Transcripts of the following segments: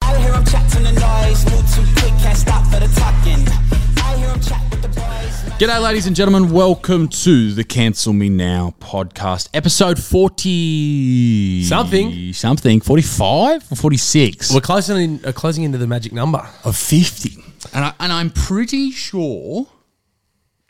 I hear him chat to the noise, move too quick, can't stop for the talking. I hear him chat with the boys. G'day, ladies and gentlemen. Welcome to the Cancel Me Now podcast, episode 40. Something. Something. 45 or 46? We're closing in, uh, closing into the magic number. of 50. And, I, and I'm pretty sure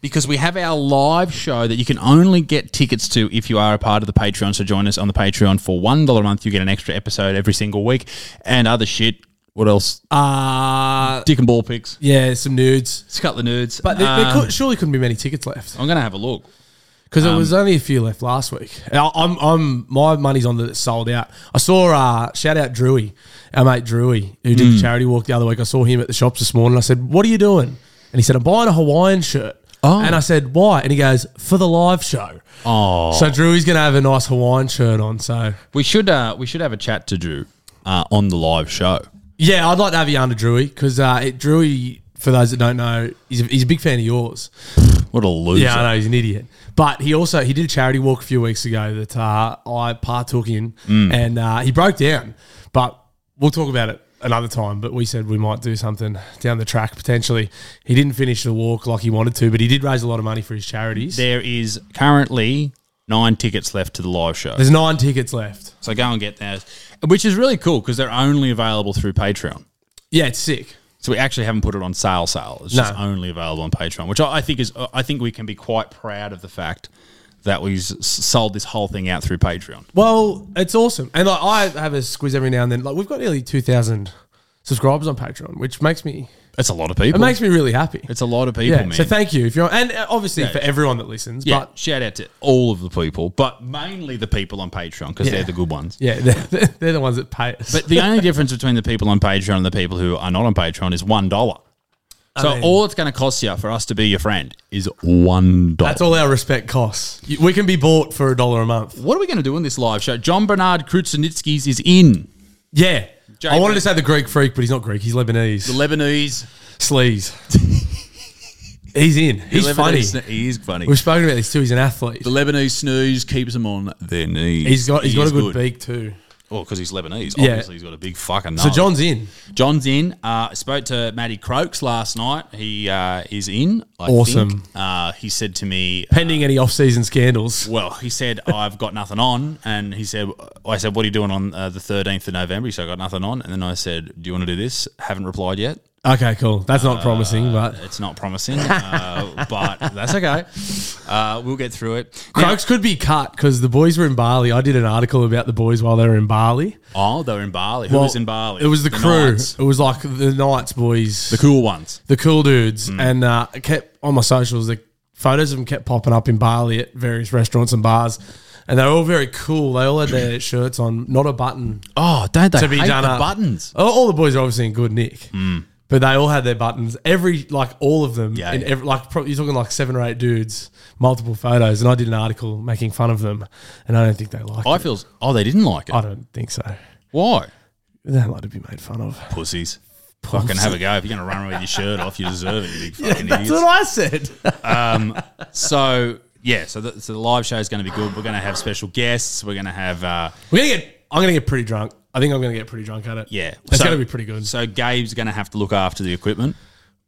because we have our live show that you can only get tickets to if you are a part of the Patreon. So join us on the Patreon for $1 a month. You get an extra episode every single week and other shit. What else? Uh Dick and ball picks. yeah, some nudes. Let's cut the nerds. But there, there Um, could, surely couldn't be many tickets left I'm going to have a look. because there was only a few left last week. And I- I'm, I'm, my money's on that it's sold out. I saw, uh, shout out Drewy, our mate Drewy, who did the charity walk the other week. I saw him at the shops this morning. I said, "What are you doing?" And he said, "I'm buying a Hawaiian shirt." Oh. And I said, "Why?" And he goes, "For the live show." Oh. So Drewy's gonna have a nice Hawaiian shirt on. So We should uh, we should have a chat to do uh, on the live show. Yeah, I'd like to have you under Drewy because uh, it- Drewy, for those that don't know, he's a, he's a big fan of yours. What a loser! Yeah, I know he's an idiot, but he also he did a charity walk a few weeks ago that uh, I partook in, and uh, he broke down. But we'll talk about it another time. But we said we might do something down the track potentially. He didnn't finish the walk like he wanted to, but he did raise a lot of money for his charities. There is currently nine tickets left to the live show. There's nine tickets left. So go and get those, which is really cool because they're only available through Patreon. Yeah, it's sick. So we actually haven't put it on sale. Sale. It's just No. only available on Patreon, which I I think is I think we can be quite proud of the fact that we s- sold this whole thing out through Patreon. Well, it's awesome, and like I have a squeeze every now and then. Like we've got nearly two thousand subscribers on Patreon, which makes me It's a lot of people. It makes me really happy. it's a lot of people, yeah. man. So thank you if you're and uh, obviously Yeah. for everyone that listens. yeah, But shout out to all of the people, but mainly the people on Patreon because Yeah. they're the good ones. yeah, they're, they're the ones that pay us. But the only difference between the people on Patreon and the people who are not on Patreon is one dollar. So mean- all it's going to cost you for us to be your friend is one dollar. that's all our respect costs. You- We can be bought for a dollar a month. What are we going to do in this live show? John Bernard Krutsanitskis is in Yeah. JP. I wanted to say the Greek freak, but he's not Greek. He's Lebanese. the Lebanese. Sleaze. he's in. He's the Lebanese funny. sn- he is funny. We've spoken about this too. He's an athlete. the Lebanese snooze keeps them on their knees. He's got he's He got is a good, beak too. Oh, because he's Lebanese. Yeah. Obviously, he's got a big fucking. Nose. So John's in. John's in. Uh, I spoke to Matty Croaks last night. He uh, is in. I Awesome. Think. Uh, he said to me, Pending any off season scandals. Well, he said, I've got nothing on. And he said, I said, what are you doing on uh, the 13th of November? He said, I got nothing on. And then I said, do you want to do this? Haven't replied yet. Okay, cool. That's Uh, not promising, but It's not promising, uh, but that's okay. Uh, we'll get through it. Now- Croaks could be cut because the boys were in Bali. I did an article about the boys while they were in Bali. oh, they were in Bali. Who Well, was in Bali? It was the, crew. Knights. It was like the Knights boys, The the, cool ones. cool dudes, and uh, it kept on my socials. The photos of them kept popping up in Bali at various restaurants and bars, and they were all very cool. They all had their shirts on, not a button Oh, don't they to be done up. All, all the boys are obviously in good nick. But they all had their buttons. Every like all of them, Yeah, in yeah. every, like probably, you're talking like seven or eight dudes, multiple photos, and I did an article making fun of them, and I don't think they liked. I it. feel, oh, they didn't like it. I don't think so. Why? They don't like to be made fun of. Pussies. Fucking have a go. If you're going to run with your shirt off, you deserve it, you big fucking That's idiots. what I said. So yeah, so the, so the live show is going to be good. We're going to have special guests. We're going to have uh, We're gonna get. I'm gonna get pretty drunk. I think I'm gonna get pretty drunk at it. yeah, it's So- gonna be pretty good. So Gabe's going to have to look after the equipment.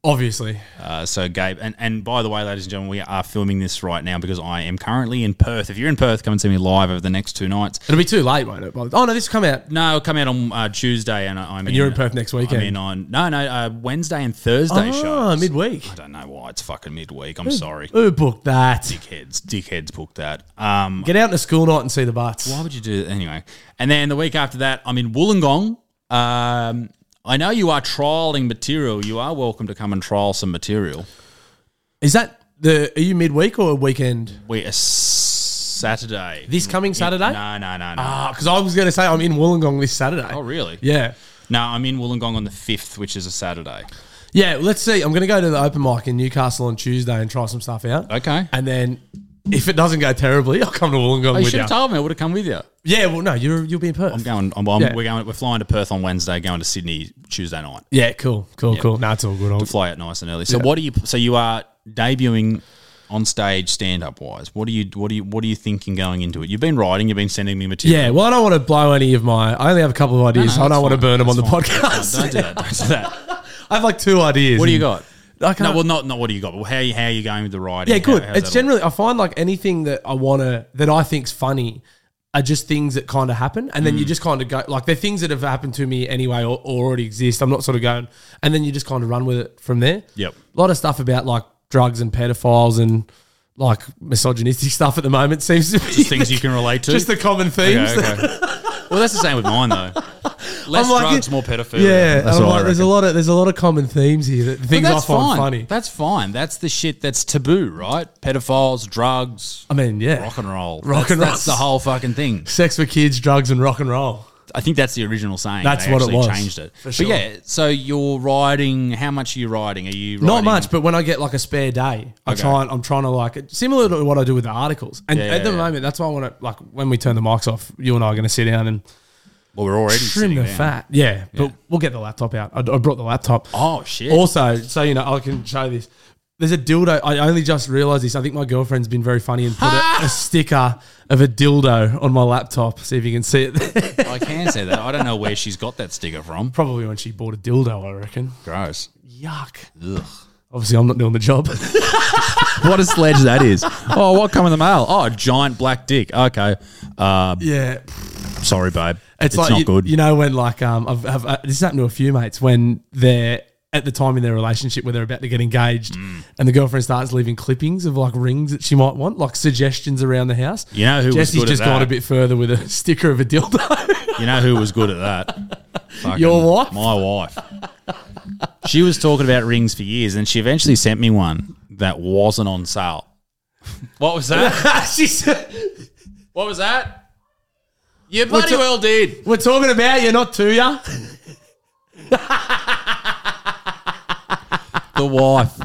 Obviously, Uh, so Gabe, and and by the way, ladies and gentlemen, we are filming this right now because I am currently in Perth. If you're in Perth, come and see me live over the next two nights. it'll be too late, won't it? By the- Oh no, this will come out. No, I'll come out on uh, Tuesday, and I, I'm. you're in Perth next weekend. I'm in on no, no, uh, Wednesday and Thursday Ah, shows. midweek. I don't know why it's fucking midweek. I'm sorry, Who booked that? dickheads. Dickheads booked that. Um, Get out in a school night and see the butts. Why would you do that anyway? And then the week after that, I'm in Wollongong. Um, I know you are trialing material. You are welcome to come and trial some material. Is that the? Are you midweek or a weekend? We are s- Saturday. This coming Saturday? No, no, no, no. Ah, because I was going to say I'm in Wollongong this Saturday. oh, really? Yeah. No, Uh, I'm in Wollongong on the 5th, which is a Saturday. Yeah, let's see. I'm going to go to the open mic in Newcastle on Tuesday and try some stuff out. Okay. And then if it doesn't go terribly, I'll come to Oh, you Wollongong with should you. have told me. I would have come with you. yeah, well, no, you're, you'll be in Perth. I'm going. I'm, I'm- Yeah. We're going. We're flying to Perth on Wednesday. Going to Sydney Tuesday night. yeah, cool, cool, cool. No, it's all good. I'll- Fly out nice and early. So what are you? So you are debuting on stage, stand up wise. What are you? What are you? What are you thinking going into it? You've been writing. You've been sending me material. Yeah, well, I don't want to blow any of my. I only have a couple of ideas. so I don't want to burn them on the podcast. Don't do that. Don't do that. I have like two ideas. What do you and got? I can't, No, well, not not what do you got, but how you, how you going with the writing? yeah, How- good. how's it's that all- generally I find like anything that I want to that I think's funny are just things that kind of happen, and then Mm. you just kind of go like they're things that have happened to me anyway or, or already exist. I'm not sort of going, and then you just kind of run with it from there. Yep. a lot of stuff about like drugs and pedophiles and like misogynistic stuff at the moment seems to be Just things you can relate to. just the common themes. Okay, okay. well, that's the same with mine though. Less I'm like- drugs, more pedophilia. Yeah, that's I'm what I like, there's a reckon. lot of there's a lot of common themes here. That But things I that's find fine. funny. That's fine. That's the shit that's taboo, right? Pedophiles, drugs, I mean, yeah, rock and roll. Rock That's- and That's the roll. whole fucking thing. sex for kids, drugs, and rock and roll. I think that's the original saying. That's They what it actually was, Changed it. for sure. But yeah, so you're riding. How much are you riding? Are you Not riding- much, but when I get like a spare day, I Okay. try and I'm trying to like it similar to what I do with the articles. And Yeah, at the yeah, yeah. moment, that's why I want to like when we turn the mics off, you and I are going to sit down and Well, we're already trim sitting the down. fat. Yeah, but we'll get the laptop out. I, I brought the laptop. Oh shit! Also, so you know, I can show this. There's a dildo. I only just realised this. I think my girlfriend's been very funny and put a, a sticker of a dildo on my laptop. See if you can see it. There. I can say that. I don't know where she's got that sticker from. Probably when she bought a dildo, I reckon. Gross. Yuck. Ugh. Obviously, I'm not doing the job. What a sledge that is. Oh, what come in the mail? Oh, a giant black dick. Okay. Uh, yeah. sorry, babe. It's, like you, you know when like um I've, I've uh, this happened to a few mates when they're at the time in their relationship where they're about to get engaged Mm. and the girlfriend starts leaving clippings of like rings that she might want like suggestions around the house. You know who was Jesse's good at just gone that? a bit further with a sticker of a dildo. You know who was good at that? Fucking Your wife? My wife. She was talking about rings for years, and she eventually sent me one that wasn't on sale. What was that? she said, what was that? You bloody well did. "We're talking about you, not to ya." The wife.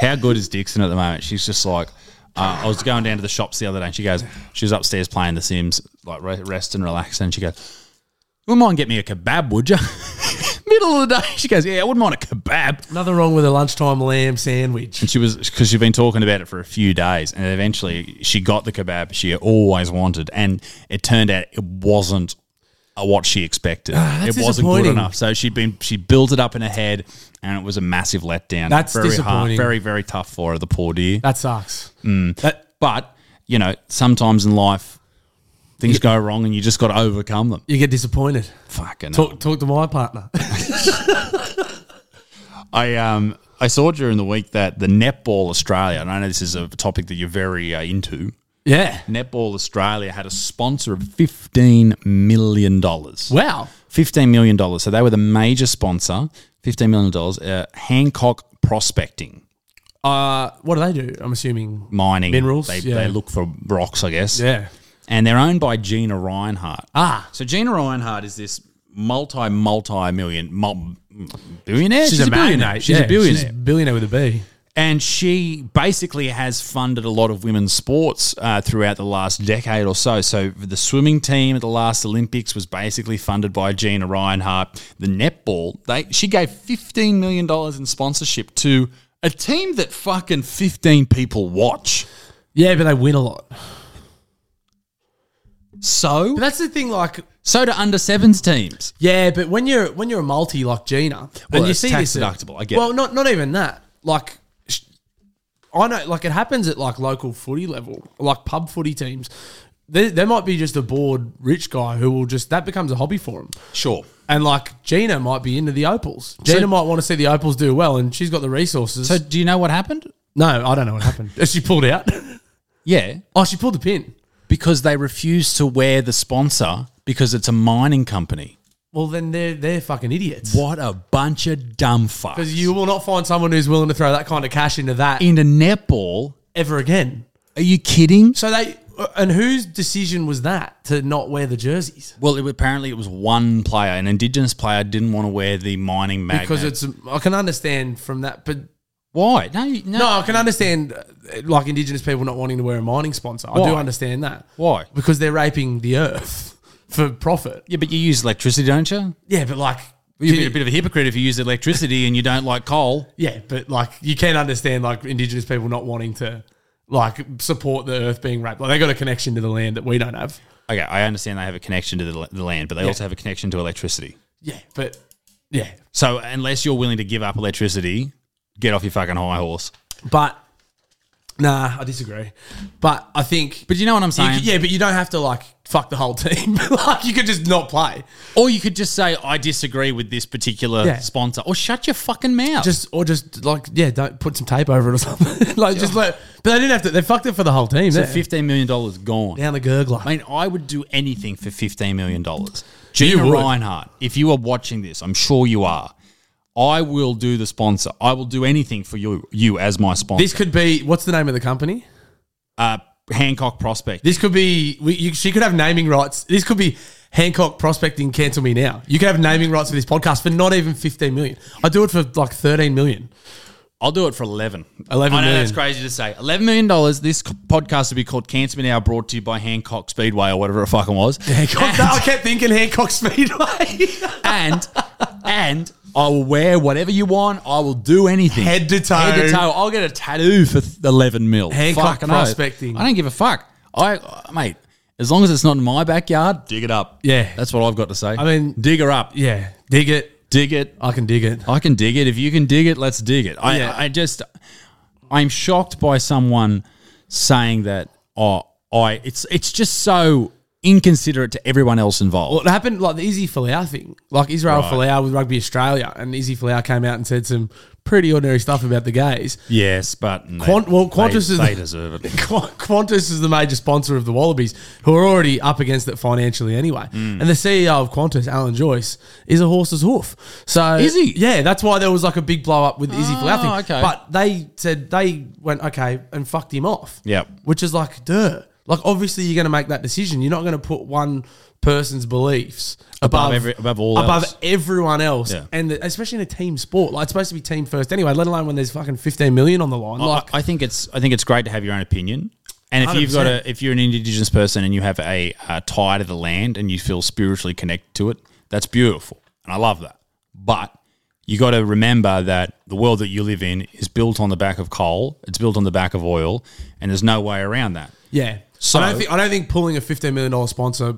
How good is Dixon at the moment? She's just like. Uh, I was going down to the shops the other day, and she goes, she was upstairs playing The Sims, like re- rest and relax, and she goes, "Wouldn't mind getting me a kebab, would you?" Middle of the day, she goes, "Yeah, I wouldn't mind a kebab." Nothing wrong with a lunchtime lamb sandwich. And she was because she'd been talking about it for a few days, and eventually she got the kebab she always wanted, and it turned out it wasn't uh, what she expected. it wasn't good Ah, disappointing. enough. So she'd been she built it up in her head, and it was a massive letdown. That's very disappointing. very very tough for her, the poor dear. That sucks. But you know, sometimes in life things go wrong, and you just got to overcome them. You get disappointed. Fucking Talk, talk to my partner. I um I saw during the week that the netball Australia, and I know this is a topic that you're very uh, into. yeah. Netball Australia had a sponsor of $15 million. $15 Wow. million. So they were the major sponsor, $15 million. Uh, Hancock Prospecting, Uh, what do they do? I'm assuming mining. Minerals, They, yeah. they look for rocks, I guess. Yeah. And they're owned by Gina Reinhardt. Ah. So Gina Reinhardt is this multi, multi million, mul- billionaire? She's, billionaire. She's yeah, a billionaire. She's a billionaire with a B. And she basically has funded a lot of women's sports uh, throughout the last decade or so. So the swimming team at the last Olympics was basically funded by Gina Reinhart. The netball, they she gave fifteen million dollars in sponsorship to a team that fucking fifteen people watch. Yeah, but they win a lot. So But that's the thing, like so do under sevens teams. yeah, but when you're when you're a multi like Gina, Well, and you it's see tax this deductible, I get Well, it. not not even that. Like sh- I know, like it happens at like local footy level, like pub footy teams. There, there might be just a bored rich guy who will just that becomes a hobby for him. Sure. And like Gina might be into the opals. Gina might want to see the opals do well, and she's got the resources. So do you know what happened? no, I don't know what happened. she pulled out. Yeah, oh, she pulled the pin. because they refuse to wear the sponsor because it's a mining company. Well, then they're they're fucking idiots. What a bunch of dumb fucks. Because you will not find someone who's willing to throw that kind of cash into that into netball. ever again. Are you kidding? So they Uh, And whose decision was that to not wear the jerseys? Well, it, apparently it was one player, an Indigenous player, didn't want to wear the mining magnet. Because it's I can understand from that, but why? No, you- no, no, I can understand uh, like Indigenous people not wanting to wear a mining sponsor. I do Why? understand that Why? because they're raping the earth for profit. Yeah, but you use electricity, don't you? Yeah, but like, You'd be a bit of a hypocrite if you use electricity and you don't like coal. yeah, but like you can understand like Indigenous people not wanting to like support the earth being raped. Like they got a connection to the land that we don't have. Okay, I understand they have a connection to the, the land, but they also have a connection to electricity. Yeah, but yeah, So unless you're willing to give up electricity, get off your fucking high horse. but nah, I disagree. But I think, But you know what I'm You saying? c- yeah, but you don't have to like fuck the whole team. like you could just not play, Or you could just say, I disagree with this particular Yeah. sponsor. Or shut your fucking mouth. just or just like yeah, don't put some tape over it or something. like just like, but they didn't have to. They fucked it for the whole team. so there. $15 million gone. down the gurgler. I mean, I would do anything for $15 million. Gina would. Reinhardt, if you are watching this, I'm sure you are. I will do the sponsor. I will do anything for you, you as my sponsor. This could be what's the name of the company? uh, Hancock Prospect. This could be we, you, she could have naming rights. This could be Hancock prospecting. Cancel me now. You could have naming rights for this podcast for not even fifteen million. I do it for like thirteen million. I'll do it for 11. 11 I know that's million. crazy to say. $11 million. This c- podcast would be called Cancer Me Now, brought to you by Hancock Speedway or whatever it fucking was. Hancock, I kept thinking Hancock Speedway, and and I will wear whatever you want. I will do anything. head to toe. Head to toe. I'll get a tattoo for th- eleven mil. Hancock oath. prospecting. I don't give a fuck. I uh, mate, as long as it's not in my backyard, dig it up. Yeah. that's what I've got to say. I mean- dig her up. Yeah, dig it. Dig it. I can dig it. I can dig it. If you can dig it, let's dig it. I, Yeah. I just, I'm shocked by someone saying that. Oh, I. It's it's just so inconsiderate to everyone else involved. Well, it happened like the Izzy Folau thing. Like Israel Folau with Rugby Australia, and Izzy Folau came out and said some pretty ordinary stuff about the gays. yes, but Quant- well, Qantas they, is- they deserve it. Qu- Qantas is the major sponsor of the Wallabies, who are already up against it financially anyway. Mm. And the CEO of Qantas, Alan Joyce, is a horse's hoof. So Is he? Ah, Yeah, that's why there was like a big blow up with the Izzy Folau thing. okay. But they said they went okay and fucked him off. Yep. Which is like, duh. Like obviously you're going to make that decision. You're not going to put one person's beliefs above Above every- above all above else. everyone else, Yeah. and the, especially in a team sport. Like it's supposed to be team first anyway. Let alone when there's fucking 15 million on the line. I- Like I think it's I think it's great to have your own opinion. And if you have got 100%. a if you're an indigenous person and you have a, uh tie to the land and you feel spiritually connected to it, that's beautiful, and I love that. But you got to remember that the world that you live in is built on the back of coal, it's built on the back of oil, and there's no way around that. Yeah. So- I don't think I don't think pulling a fifteen million dollar sponsor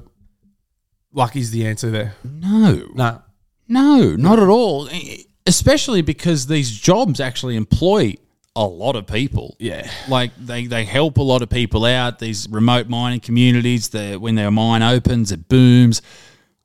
like is the answer there. No, No. no, not at all. E, Especially because these jobs actually employ a lot of people. Yeah. like they, they help a lot of people out. These remote mining communities, the when their mine opens, it booms.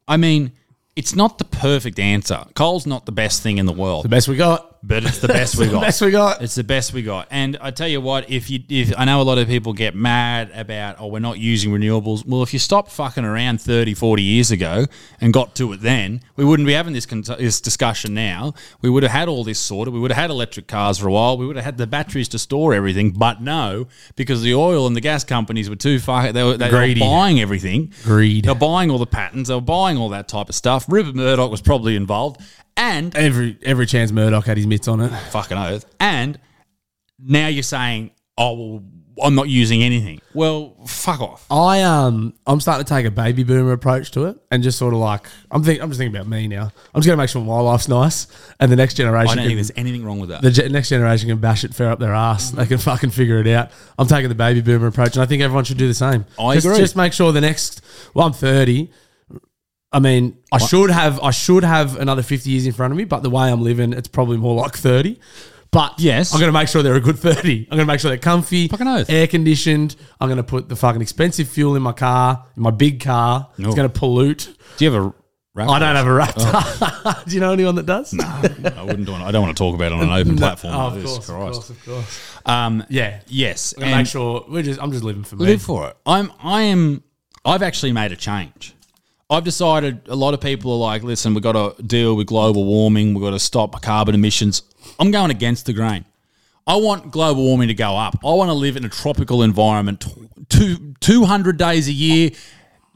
I mean, it's not the perfect answer. Coal's not the best thing in the world, Best we got. but it's the best we the got. best we got. It's the best we got. And I tell you what, if you if I know a lot of people get mad about oh we're not using renewables. Well, if you stopped fucking around 30, 40 years ago and got to it then, we wouldn't be having this con- this discussion now. We would have had all this sorted. We would have had electric cars for a while. We would have had the batteries to store everything, but no, because the oil and the gas companies were too far. They were, they were Greedy. buying everything. Greed. They're buying all the patents. They were buying all that type of stuff. Rupert Murdoch was probably involved. And Every every chance Murdoch had his mitts on it. fucking oath. And now you're saying, oh, well, I'm not using anything. Well, fuck off. I um I'm starting to take a baby boomer approach to it and just sort of like I'm think I'm just thinking about me now. I'm just gonna make sure my life's nice and the next I generation don't think can, there's anything wrong with that. the ge- next generation can bash it fair up their ass. They can fucking figure it out. I'm taking the baby boomer approach, and I think everyone should do the same. I just, agree. Just make sure the next. Well, I'm 30. I mean, I should have I should have another 50 years in front of me, but the way I'm living, it's probably more like 30. But Yes. I'm going to make sure they're a good 30. I'm going to make sure they're comfy, Fucking oath. air conditioned. I'm going to put the fucking expensive fuel in my car, in my big car. No. Oh. It's going to pollute. Do you have a rap? I don't have a Raptor. do you know anyone that does? No. I wouldn't want. I don't want to talk about it on an open platform. Oh, like of this, course, of Christ. course, of course. Um, Yeah. yes, I'm gonna and make sure we're just. I'm just living for me. live for it. I'm. I am. I've actually made a change. I've decided a lot of people are like, listen, we've got to deal with global warming. We've got to stop carbon emissions. I'm going against the grain. I want global warming to go up. I want to live in a tropical environment tw- two, 200 days a year,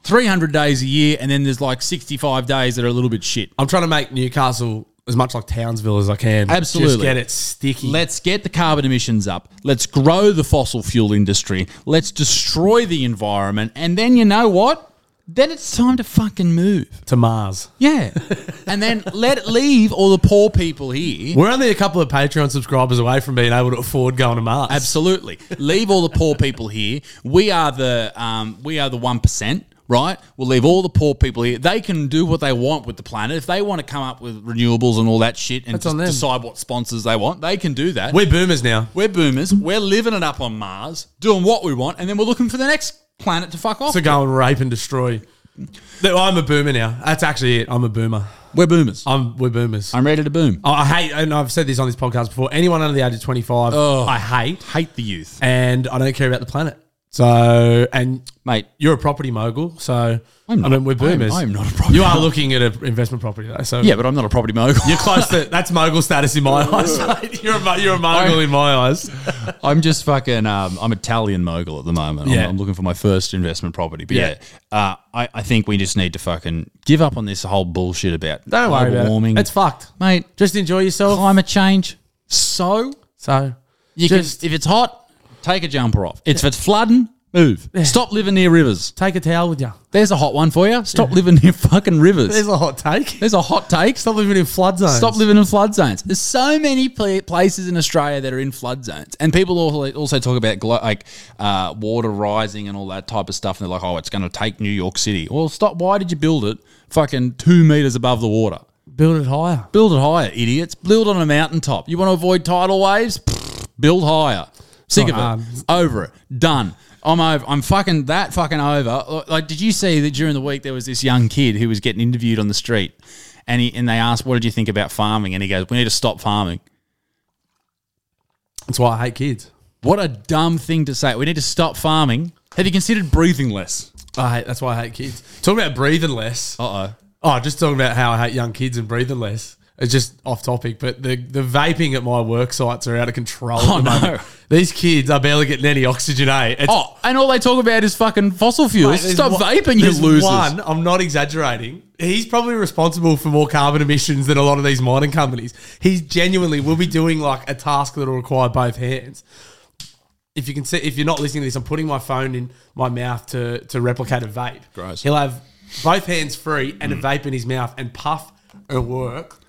300 days a year, and then there's like 65 days that are a little bit shit. I'm trying to make Newcastle as much like Townsville as I can. Absolutely. Just get it sticky. Let's get the carbon emissions up. Let's grow the fossil fuel industry. Let's destroy the environment. And then you know what? Then it's time to fucking move. to Mars. Yeah. and then let leave all the poor people here. We're only a couple of Patreon subscribers away from being able to afford going to Mars. Absolutely. Leave all the poor people here. We are the um, we are the one percent, right? We'll leave all the poor people here. They can do what they want with the planet. If they want to come up with renewables and all that shit and That's on just them. decide what sponsors they want, they can do that. We're boomers now. We're boomers. We're living it up on Mars, doing what we want, and then we're looking for the next planet to fuck off. To go and rape and destroy. No, I'm a boomer now. That's actually it. I'm a boomer. we're boomers. I'm, I'm we're boomers. i ready to boom. I I hate, and I've said this on this podcast before. Anyone under the age of 25, Oh. I hate, hate the youth, and I don't care about the planet. So, and mate. you're a property mogul, so I'm I not- mean we're boomers. I'm- I'm not a property You are mogul. looking at an investment property though, so Yeah, but I'm not a property mogul. You're close to that's mogul status in my eyes. mate. You're a mo- you're a mogul in my eyes. I'm just fucking. Um, I'm Italian mogul at the moment. Yeah. I'm, I'm looking for my first investment property. But yeah, Yeah. uh, I, I think we just need to fucking give up on this whole bullshit about Don't worry global about warming. it. It's fucked, mate. Just enjoy yourself. Climate change. So So you just can, if it's hot, take a jumper off. If it's flooding, move. Stop living near rivers. take a towel with you. There's a hot one for you. Stop living near fucking rivers. There's a hot take. There's a hot take. Stop, Stop living in flood zones. living in flood zones. There's so many pla- places in Australia that are in flood zones, and people al- also talk about glo- like uh, water rising and all that type of stuff. And they're like, "Oh, it's going to take New York City." Well, stop. Why did you build it fucking two meters above the water? Build it higher. Build it higher, idiots. Build on a mountaintop. You want to avoid tidal waves? Pfft, Build higher. Sick Not of it. hard. Over it. Done. I'm over. I'm fucking that fucking over. Like, did you see that during the week there was this young kid who was getting interviewed on the street, and he and they asked, "What did you think about farming?" And he goes, "We need to stop farming." That's why I hate kids. What a dumb thing to say. We need to stop farming. Have you considered breathing less? I hate, that's why I hate kids. Talking about breathing less. Uh oh. Oh, just talking about how I hate young kids and breathing less. It's just off topic, but the, the vaping at my work sites are out of control. at Oh, the no. moment. These kids are barely getting any oxygen, eh? It's Oh, and all they talk about is fucking fossil Mate, fuels. there's stop one- vaping, you there's losers. One, I'm not exaggerating. He's probably responsible for more carbon emissions than a lot of these mining companies. He's genuinely will be doing like a task that'll require both hands. If you can see, if you're not listening to this, I'm putting my phone in my mouth to to replicate a vape. Gross. He'll have both hands free and a vape in his mouth and puff and work.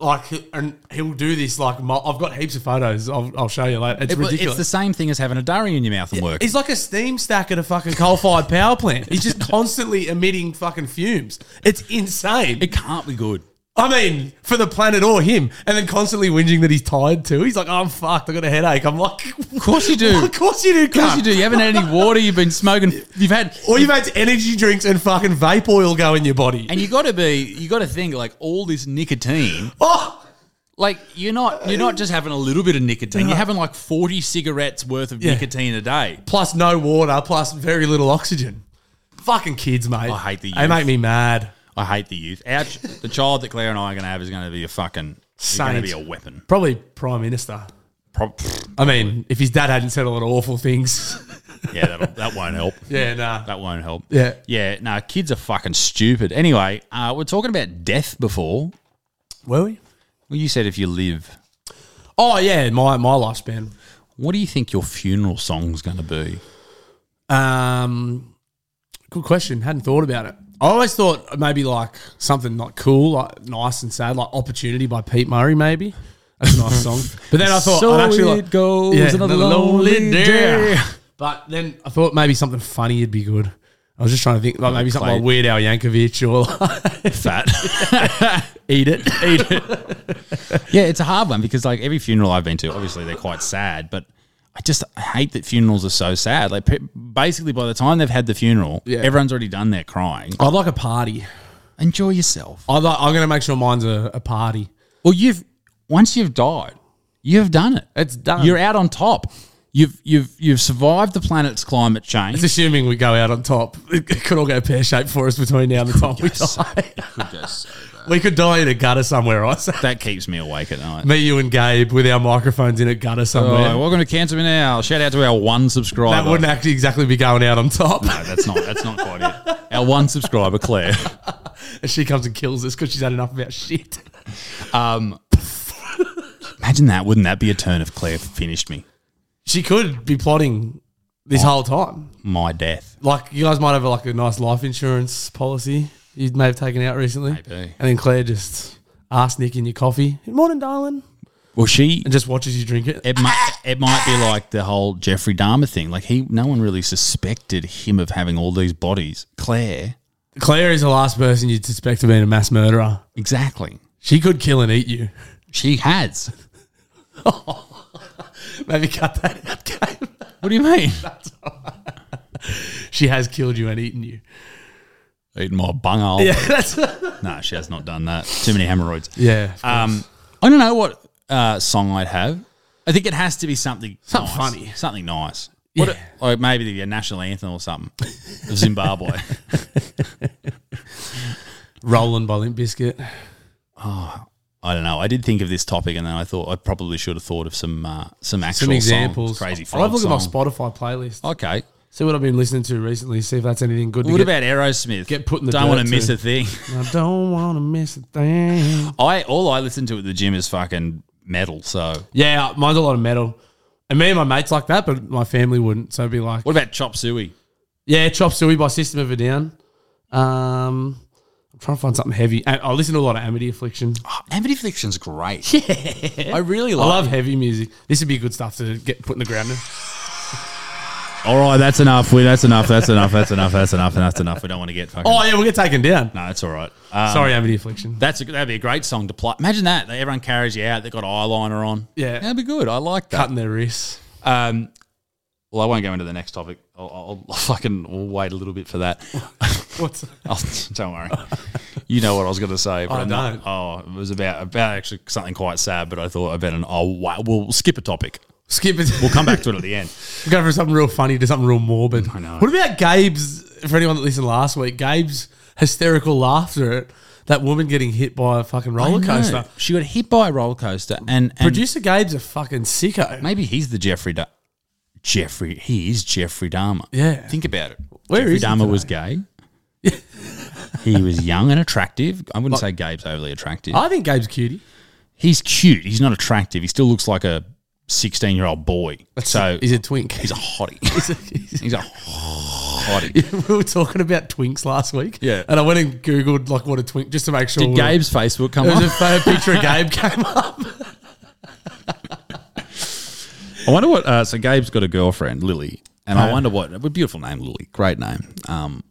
Like he- and he'll do this like mul- I've got heaps of photos. I'll, I'll show you later. It's It- it's ridiculous. the same thing as having a dairy in your mouth and work. He's like a steam stack at a fucking coal fired power plant. He's just constantly emitting fucking fumes. It's insane. It can't be good. I mean, for the planet or him, and then constantly whinging that he's tired too. He's like, oh, I'm fucked. I got a headache. I'm like, of course you do. of course you do. Of course you do. You haven't had any water. You've been smoking. You've had. Or you've had energy drinks and fucking vape oil go in your body. And you got to be. You got to think like all this nicotine. oh, Like you're not. You're not just having a little bit of nicotine. You're having like forty cigarettes worth of Yeah. nicotine a day. plus no water, plus very little oxygen. Fucking kids, mate. I hate the They youth. make me mad. I hate the youth. Our, ch- the child that Claire and I are going to have is going to be a fucking. It's going to Saint. be a weapon. Probably prime minister. Pro- I mean, if his dad hadn't said a lot of awful things. yeah, that'll, that won't help. yeah, nah. That won't help. Yeah. Yeah. No, kids are fucking stupid. Anyway, uh, we're talking about death before. Were we? Well, you said if you live, Oh yeah, my my lifespan. what do you think your funeral song's going to be? Um, good question. Hadn't thought about it. I always thought maybe like something not cool, like nice and sad, like "Opportunity" by Pete Murray. Maybe that's a nice song. But then I thought So I'd actually it like, goes another lonely day. But then I thought maybe something funny would be good. I was just trying to think, like maybe something Clay- like Weird Al Yankovic or Fat. Eat It. Eat it. yeah, it's a hard one because like every funeral I've been to, obviously they're quite sad, but I just hate that funerals are so sad. Like pe- basically, by the time they've had the funeral, Yeah. everyone's already done their crying. I'd like a party. Enjoy yourself. I'd like, I'm going to make sure mine's a, a party. Well, you've once you've died, you've done it. It's done. You're out on top. You've you've you've survived the planet's climate change. It's assuming we go out on top. It could all go pear shaped for us between now and the time we die. Could go so bad. we could die in a gutter somewhere, right? So That keeps me awake at night. me, you, and Gabe with our microphones in a gutter All somewhere. right, welcome to Cancer Now. Shout out to our one subscriber. that wouldn't actually exactly be going out on top. No, that's not. That's not quite it. Our one subscriber, Claire. And she comes and kills us because she's had enough about shit. Um, imagine that. Wouldn't that be a turn if Claire finished me? She could be plotting this whole time. My death. Like you guys might have like a nice life insurance policy you may have taken out recently. Maybe. And then Claire just asks Nick in your coffee, "Good morning, darling," Well, she. and just watches you drink it. It might. It might be like the whole Jeffrey Dahmer thing. Like he, no one really suspected him of having all these bodies. Claire. Claire is the last person you'd suspect of being a mass murderer. Exactly. She could kill and eat you. She has. Maybe cut that out, Gabe. What do you mean? She has killed you and eaten you. Eating my bunghole. that's No, she has not done that. Too many hemorrhoids. yeah. Um, I don't know what uh, song I'd have. I think it has to be something Something nice. funny. something nice. What Yeah. a- like maybe the uh, national anthem or something of Zimbabwe. Rolling by Limp Biscuit. I don't know. I did think of this topic, and then I thought I probably should have thought of some uh, some actual Some songs. examples. Crazy I'll frog have a look at my song. Spotify playlist. Okay. See what I've been listening to recently. See if that's anything good. What to about Aerosmith? get put in the don't want dirt to miss too. a thing. Get. I don't want to miss a thing. I all I listen to at the gym is fucking metal. So Yeah, mine's a lot of metal. And me and my mates like that, but my family wouldn't. So it'd be like, what about Chop Suey? yeah, Chop Suey by System of a Down. Um, I'm trying to find something heavy. I, I listen to a lot of Amity Affliction. Oh, Amity Fiction's great. I really I like. love heavy music. This would be good stuff to get put in the ground. in. All right, that's enough. We that's enough. That's enough. That's enough. That's enough. That's enough. We don't want to get fucking. Oh yeah, we'll get taken down. No, that's all right. Um, Sorry, Amity Affliction. That's a, that'd be a great song to play. Imagine that. that Everyone carries you out. They've got eyeliner on. Yeah. That'd be good. I like that. Cutting their wrists. Um, well, I won't go into the next topic. I'll, I'll, I'll fucking we'll wait a little bit for that. What's I'll, don't worry. You know what I was going to say. But I I'm not- oh, it was about about actually something quite sad, but I thought I better. I'll, wa- we'll skip a topic. skip it? We'll come back to it at the end. We're going from something real funny to something real morbid. I know. What about Gabe's? For anyone that listened last week, Gabe's hysterical laughter at that woman getting hit by a fucking roller I coaster. know. Oh, She got hit by a roller coaster, and, and Producer Gabe's a fucking sicko. maybe he's the Jeffrey. Da- Jeffrey, he is Jeffrey Dahmer. Yeah. think about it. Where Jeffrey is he Dahmer was gay. he was young and attractive. I wouldn't say Gabe's overly attractive. I think Gabe's cutie. he's cute. He's not attractive. He still looks like a sixteen-year-old boy. So he's a twink. he's a hottie. he's a hottie. we were talking about twinks last week. Yeah. and I went and googled like what a twink just to make sure. Did Gabe's Facebook come There up? was a photo picture of Gabe came up. I wonder what. Uh, so Gabe's got a girlfriend, Lily, and I wonder what. A beautiful name, Lily. Great name. Um,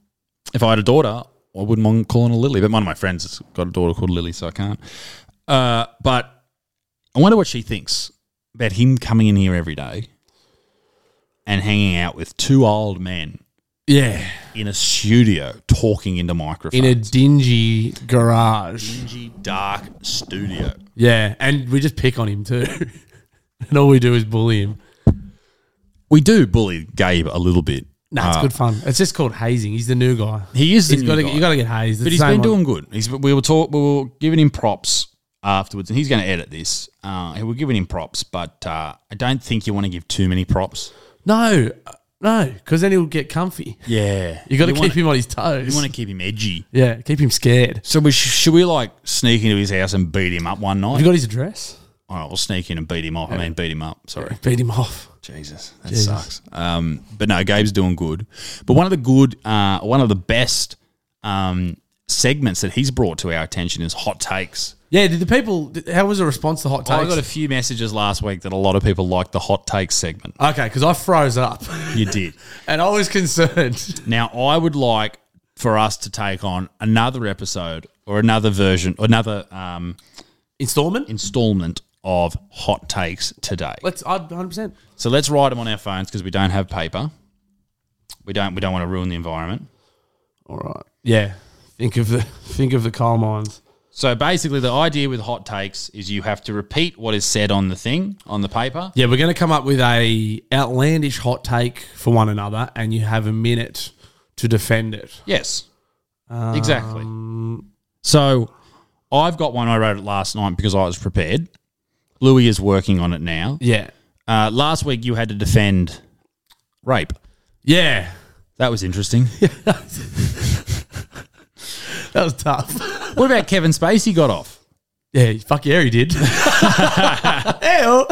if I had a daughter, I wouldn't mind calling her Lily. But one of my friends has got a daughter called Lily, so I can't. Uh, but I wonder what she thinks about him coming in here every day and hanging out with two old men Yeah, in a studio talking into in a microphones. dingy garage. dingy, dark studio. Yeah, and we just pick on him too, and all we do is bully him. We do bully Gabe a little bit. No, it's Uh, good fun. It's just called hazing. He's the new guy. He is the Ah. He's new got to. guy. You got to get hazed. It's But the he's same been one. doing good. He's we were talk, we were giving him props afterwards, and he's going to edit this. Uh, we were giving him props, but uh, I don't think you want to give too many props. No, uh, no, because then he'll get comfy. Yeah, You got to to keep him on his toes. You want to keep him edgy. yeah, keep him scared. So we sh- should we like sneak into his house and beat him up one night? Have you got his address? All right, we'll sneak in and beat him up. I mean, beat him up. Sorry. Beat him off. Jesus, that Jesus. sucks. Um, but no, Gabe's doing good. But one of the good, uh, one of the best um, segments that he's brought to our attention is hot takes. Yeah. Did the people? did- How was the response to hot takes? I got a few messages last week that a lot of people liked the hot takes segment. okay, because I froze up, You did. and I was concerned. Now, I would like for us to take on another episode or another version or another um, Installment. installment of hot takes today. Let's. I'd 100. percent So let's write them on our phones because we don't have paper. We don't. We don't want to ruin the environment. All right. Yeah. Think of the think of the coal mines. So basically, the idea with hot takes is you have to repeat what is said on the thing on the paper. Yeah, we're going to come up with a outlandish hot take for one another, and you have a minute to defend it. Yes, exactly. So I've got one. I wrote it last night because I was prepared. Louis is working on it now. Yeah. Uh, last week you had to defend rape. Yeah. That was interesting. That was tough. what about Kevin Spacey got off? Yeah, fuck yeah, he did. Hell.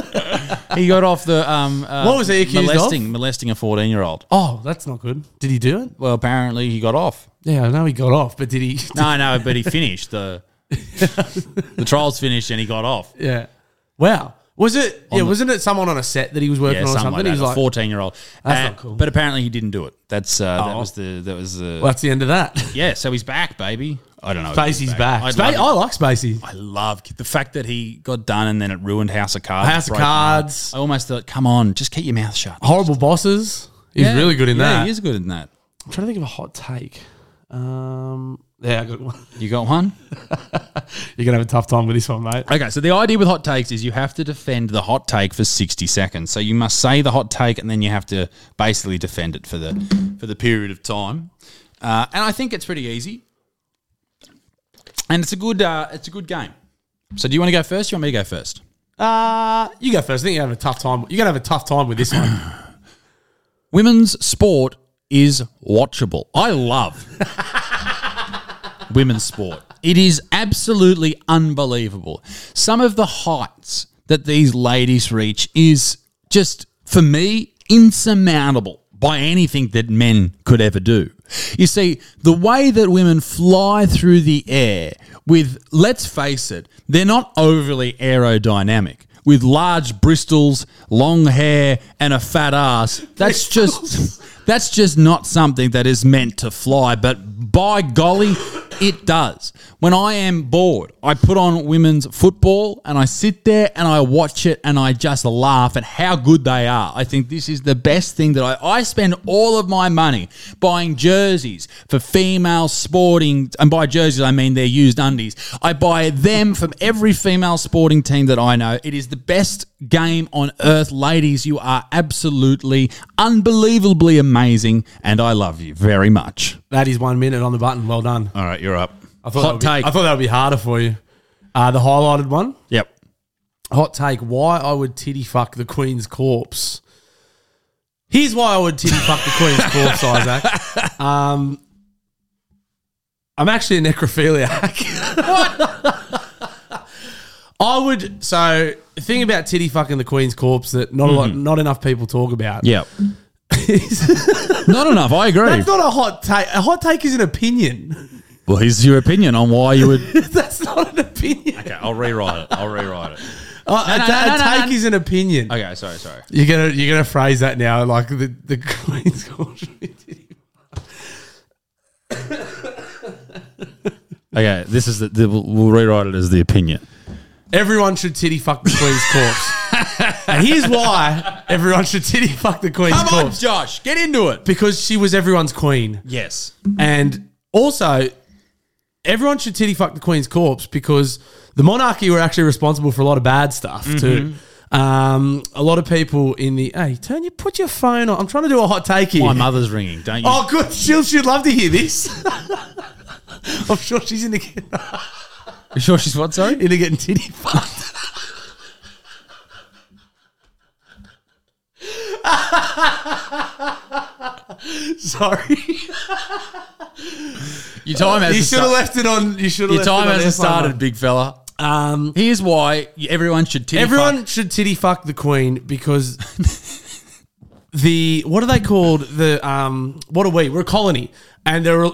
He got off the um. Uh, What was he accused of? molesting, Molesting a fourteen-year-old. Oh, that's not good. Did he do it? Well, apparently he got off. Yeah, I know he got off, but did he? No, no, but he finished the the trials finished and he got off. Yeah. Wow. Was it? yeah, the- wasn't it someone on a set that he was working Yeah, on or something, something? like he that. was a like, fourteen-year-old. Uh, That's not cool. But apparently he didn't do it. That's uh, that Oh. was the that was the well, that's the end of that. yeah. So he's back, baby. I don't know. if Spacey's back. I'd Spa- love it. I like Spacey. I love the fact that he got done and then it ruined House of Cards. House of Broke my heart. Cards. I almost thought, come on, just keep your mouth shut. Horrible bosses. He's Yeah, really good in yeah, that. He is good in that. I'm trying to think of a hot take. Um, yeah, I got one. You got one? You're gonna have a tough time with this one, mate. Okay, so the idea with hot takes is you have to defend the hot take for 60 seconds. So you must say the hot take and then you have to basically defend it for the for the period of time. Uh, and I think it's pretty easy. And it's a good uh, it's a good game. So do you want to go first? Do you want me to go first? Uh, you go first. I think you're gonna have a tough time. You're gonna have a tough time with this one. Women's sport is watchable. I love women's sport. It is absolutely unbelievable. Some of the heights that these ladies reach is just, for me, insurmountable by anything that men could ever do. You see, the way that women fly through the air with, let's face it, they're not overly aerodynamic. With large bristles, long hair, and a fat ass, that's just that's just not something that is meant to fly, but by golly, it does. When I am bored, I put on women's football and I sit there and I watch it and I just laugh at how good they are. I think this is the best thing that I, I spend all of my money buying jerseys for female sporting, and by jerseys, I mean they're used undies. I buy them from every female sporting team that I know. It is the best game on earth. Ladies, you are absolutely unbelievably amazing, and I love you very much. that is one minute on the button. Well done. All right, you're up. I Hot thought that would be- take. I thought that would be harder for you. Uh, the highlighted one. yep. Hot take: Why I would titty fuck the Queen's corpse? Here's why I would titty fuck the Queen's corpse, Isaac. Um, I'm actually a necrophiliac. I would. So the thing about titty fucking the Queen's corpse that not a lot, Mm-hmm. not enough people talk about. Yep. is- Not enough. I agree. that's not a hot take. A hot take is an opinion. well, here's your opinion on why you would. okay, That's not an opinion. I'll rewrite it. I'll rewrite it. Uh, a no, ta- no, a no, no, take no. is an opinion. Okay, sorry, sorry. You're gonna you're gonna phrase that now like the the Queen's Court. Okay, this is the, the we'll- we'll rewrite it as the opinion. Everyone should titty fuck the Queen's corpse. and here's why everyone should titty fuck the Queen's corpse Josh, get into it. because she was everyone's queen, Yes. and also everyone should titty fuck the Queen's corpse because the monarchy were actually responsible for a lot of bad stuff too. Mm-hmm. Um, a lot of people in the hey, turn you put your phone on. I'm trying to do a hot take here. My mother's ringing. Don't you? Oh, good. She'll, she'd love to hear this. I'm sure she's into, get- you sure she's what? Sorry. into getting titty fucked. Sorry. Your time hasn't You should have started. left it on. You should have Your left time it on hasn't F1, started, mate. big fella. Um, Here's why everyone should titty everyone fuck. should titty fuck the queen because the what are they called? The um, what are we? We're a colony, and there are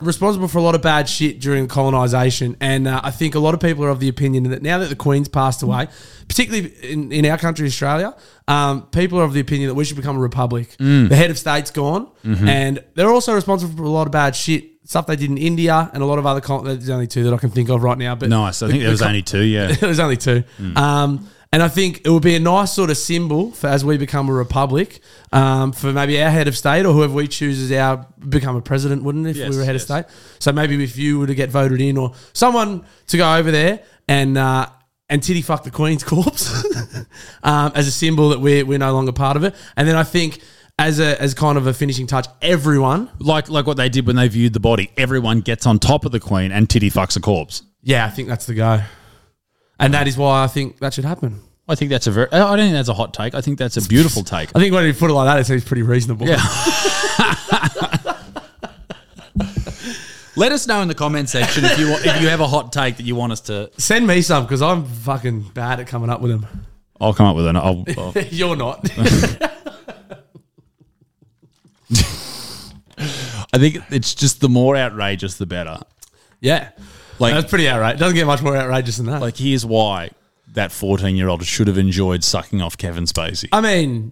responsible for a lot of bad shit during colonisation, and uh, I think a lot of people are of the opinion that now that the Queen's passed away, particularly in, in our country, Australia, um, people are of the opinion that we should become a republic. Mm. The head of state's gone, Mm-hmm. and they're also responsible for a lot of bad shit. Stuff they did in India and a lot of other. Col- there's only two that I can think of right now. But Nice. I the- think the there was co- only two. Yeah. there was only two. Mm. Um, and I think it would be a nice sort of symbol for as we become a republic um, for maybe our head of state or whoever we choose as our become a president, wouldn't it, if Yes, we were head yes. of state? So maybe if you were to get voted in or someone to go over there and uh, and titty fuck the Queen's corpse um, as a symbol that we're, we're no longer part of it. And then I think as a as kind of a finishing touch, everyone Like like what they did when they viewed the body. Everyone gets on top of the queen and titty fucks a corpse. yeah, I think that's the go. And that is why I think that should happen. I think that's a very. I don't think that's a hot take. I think that's a beautiful take. I think when you put it like that, it seems pretty reasonable. Yeah. Let us know in the comment section if you want, if you have a hot take that you want us to. Send me some because I'm fucking bad at coming up with them. I'll come up with an. I'll, I'll- You're not. I think it's just the more outrageous, the better. yeah. Like That's pretty outrageous. Doesn't get much more outrageous than that. Like, here's why that 14 year old should have enjoyed sucking off Kevin Spacey. I mean,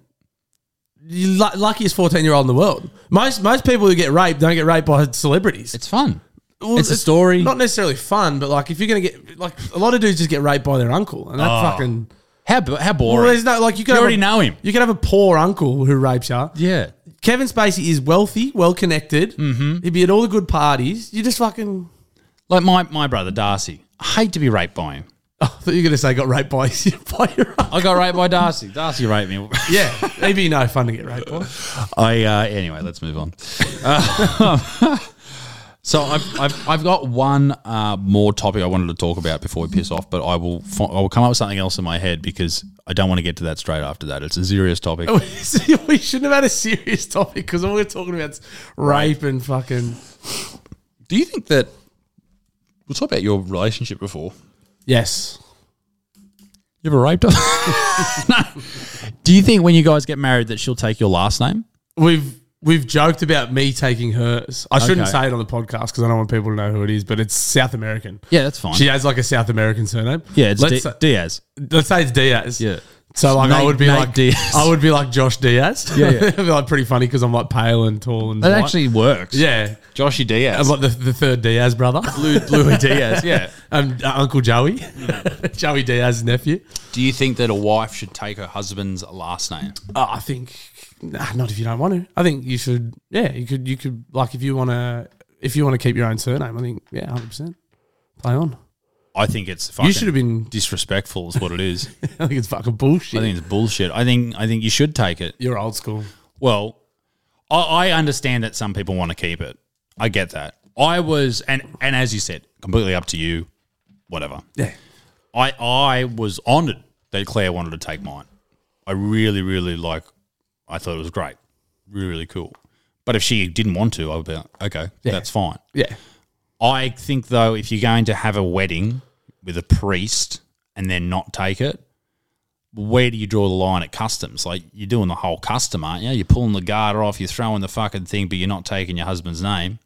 you lu- luckiest 14 year old in the world. Most most people who get raped don't get raped by celebrities. it's fun. Well, it's a story. Not necessarily fun, but like if you're gonna get like a lot of dudes just get raped by their uncle, and that fucking. How, bo- how boring. Well, there's no like you could Oh. You have already a- know him. You could have a poor uncle who rapes you. yeah. Kevin Spacey is wealthy, well connected. Mm-hmm. He'd be at all the good parties. You just fucking. Like, my, my brother, Darcy, I hate to be raped by him. I thought you were going to say got raped by, by your uncle. I got raped by Darcy. Darcy raped me. Yeah, it'd be no fun to get raped by. I uh, anyway, let's move on. Uh, so I've, I've, I've got one uh, more topic I wanted to talk about before we piss off, but I will fi- I will come up with something else in my head because I don't want to get to that straight after that. It's a serious topic. we shouldn't have had a serious topic because all we're talking about is rape and fucking. Do you think that we talked about your relationship before? Yes. You ever raped her? no. Do you think when you guys get married that she'll take your last name? We've we've joked about me taking hers. I shouldn't Okay. say it on the podcast because I don't want people to know who it is, but it's South American. Yeah, that's fine. She has like a South American surname. yeah, it's let's, D- say, Diaz. let's say it's Diaz. Yeah. So like I Nate- would be Nate like Diaz. I would be like Josh Diaz. Yeah, yeah. It'd be like pretty funny because I'm like pale and tall and That white. actually works. yeah. Joshy I'm Diaz. like the, the third Diaz brother, Louis Diaz, yeah. um, uh, Uncle Joey, Joey Diaz's nephew. Do you think that a wife should take her husband's last name? Uh, I think nah, not if you don't want to. I think you should. Yeah, you could. You could like if you want to. If you want to keep your own surname, I think yeah, hundred percent. Play on. I think it's fucking You should have been. disrespectful is what it is. I think it's fucking I bullshit. think it's bullshit. I think I think you should take it. You're old school. Well, I, I understand that some people want to keep it. I get that. I was and and as you said, completely up to you. Whatever. Yeah. I I was honoured that Claire wanted to take mine. I really really like. I thought it was great. Really really cool. But if she didn't want to, I would be like, okay, that's fine. Yeah. I think though, if you're going to have a wedding with a priest and then not take it, where do you draw the line at customs? Like you're doing the whole custom, aren't you? You're pulling the garter off, you're throwing the fucking thing, but you're not taking your husband's name.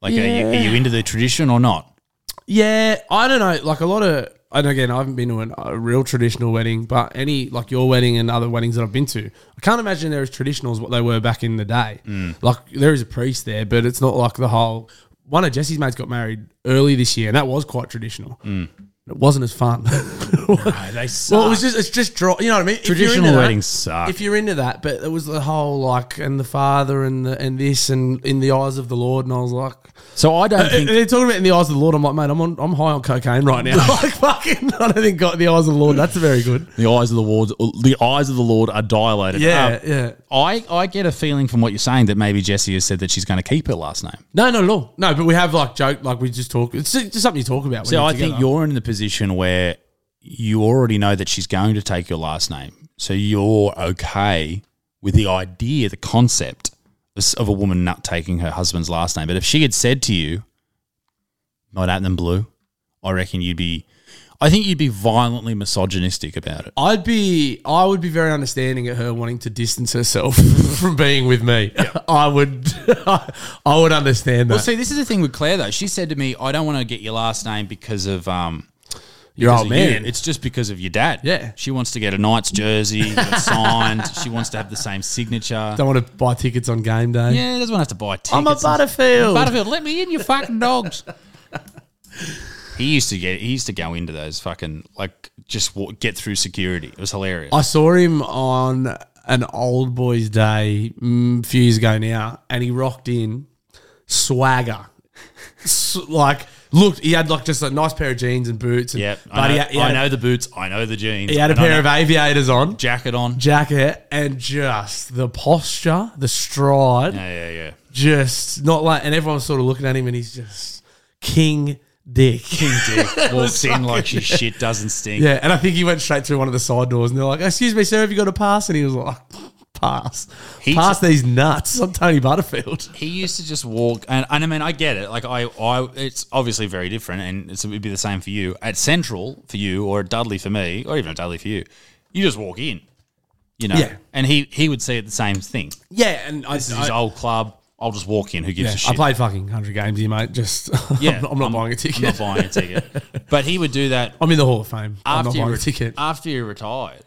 Like, are, you, are you into the tradition or not? Yeah, I don't know. Like a lot of, and again, I haven't been to an, a real traditional wedding, but any like your wedding and other weddings that I've been to, I can't imagine they're as traditional as what they were back in the day. Like there is a priest there, but it's not like the whole. One of Jesse's mates got married early this year, and that was quite traditional. It wasn't as fun. They well, it was just it's just draw. You know what I mean? If you're into Traditional that- weddings suck. If you're into that, but it was the whole like and the father and the and this and in the eyes of the Lord, and I was like. so I don't And think. They're talking about in the eyes of the Lord. I'm like, mate, I'm on, I'm high on cocaine right now. like, fucking, I don't think God, the eyes of the Lord. That's very good. The eyes of the Lord, the eyes of the Lord are dilated. Yeah, Um, yeah. I, I get a feeling from what you're saying that maybe Jessie has said that she's going to keep her last name. No, not at all. No, but we have like joke, like we just talk. It's just something you talk about. when So you're I together. think you're in the position where you already know that she's going to take your last name. So you're okay with the idea, the concept of- of a woman not taking her husband's last name. But if she had said to you, not at them blue, I reckon you'd be, I think you'd be violently misogynistic about it. I'd be, I would be very understanding at her wanting to distance herself from being with me. I would, I would understand that. Well, see, this is the thing with Claire though. She said to me, "I don't want to get your last name because of um, Your because old of you. man. It's just because of your dad. Yeah. she wants to get a Knights jersey get it signed. She wants to have the same signature. Don't want to buy tickets on game day. yeah, doesn't want to have to buy tickets. I'm a and stuff. Butterfield. Butterfield, let me in, you fucking dogs. he used to get, he used to go into those fucking like just wa- get through security. It was hilarious. I saw him on an old boys' day mm, a few years ago now, and he rocked in swagger, S- like looked. He had like just a nice pair of jeans and boots. And, yep, but I know, he had, he had I a- know the boots. I know the jeans. he had a and I pair know of aviators on, jacket on. jacket, and just the posture, the stride, yeah, yeah, yeah. just not like. And everyone's sort of looking at him, and he's just king dick. dick walks in like your shit doesn't stink. Yeah, and I think he went straight through one of the side doors, and they're like, "Excuse me, sir, have you got a pass?" And he was like, "Pass, He pass these nuts." I'm Tony Butterfield. He used to just walk, and, and I mean, I get it. Like I, I, it's obviously very different, and it's, it'd be the same for you at Central for you, or at Dudley for me, or even at Dudley for you. You just walk in, you know. Yeah. And he he would see it the same thing. Yeah, and I, This is his old club. I'll just walk in. Who gives a shit? I played fucking hundred games here, mate. Just Yeah, I'm, not buying a ticket. I'm not buying a ticket. but he would do that I'm in the Hall of Fame. I'm not after he, buying re- a ticket. after he retired.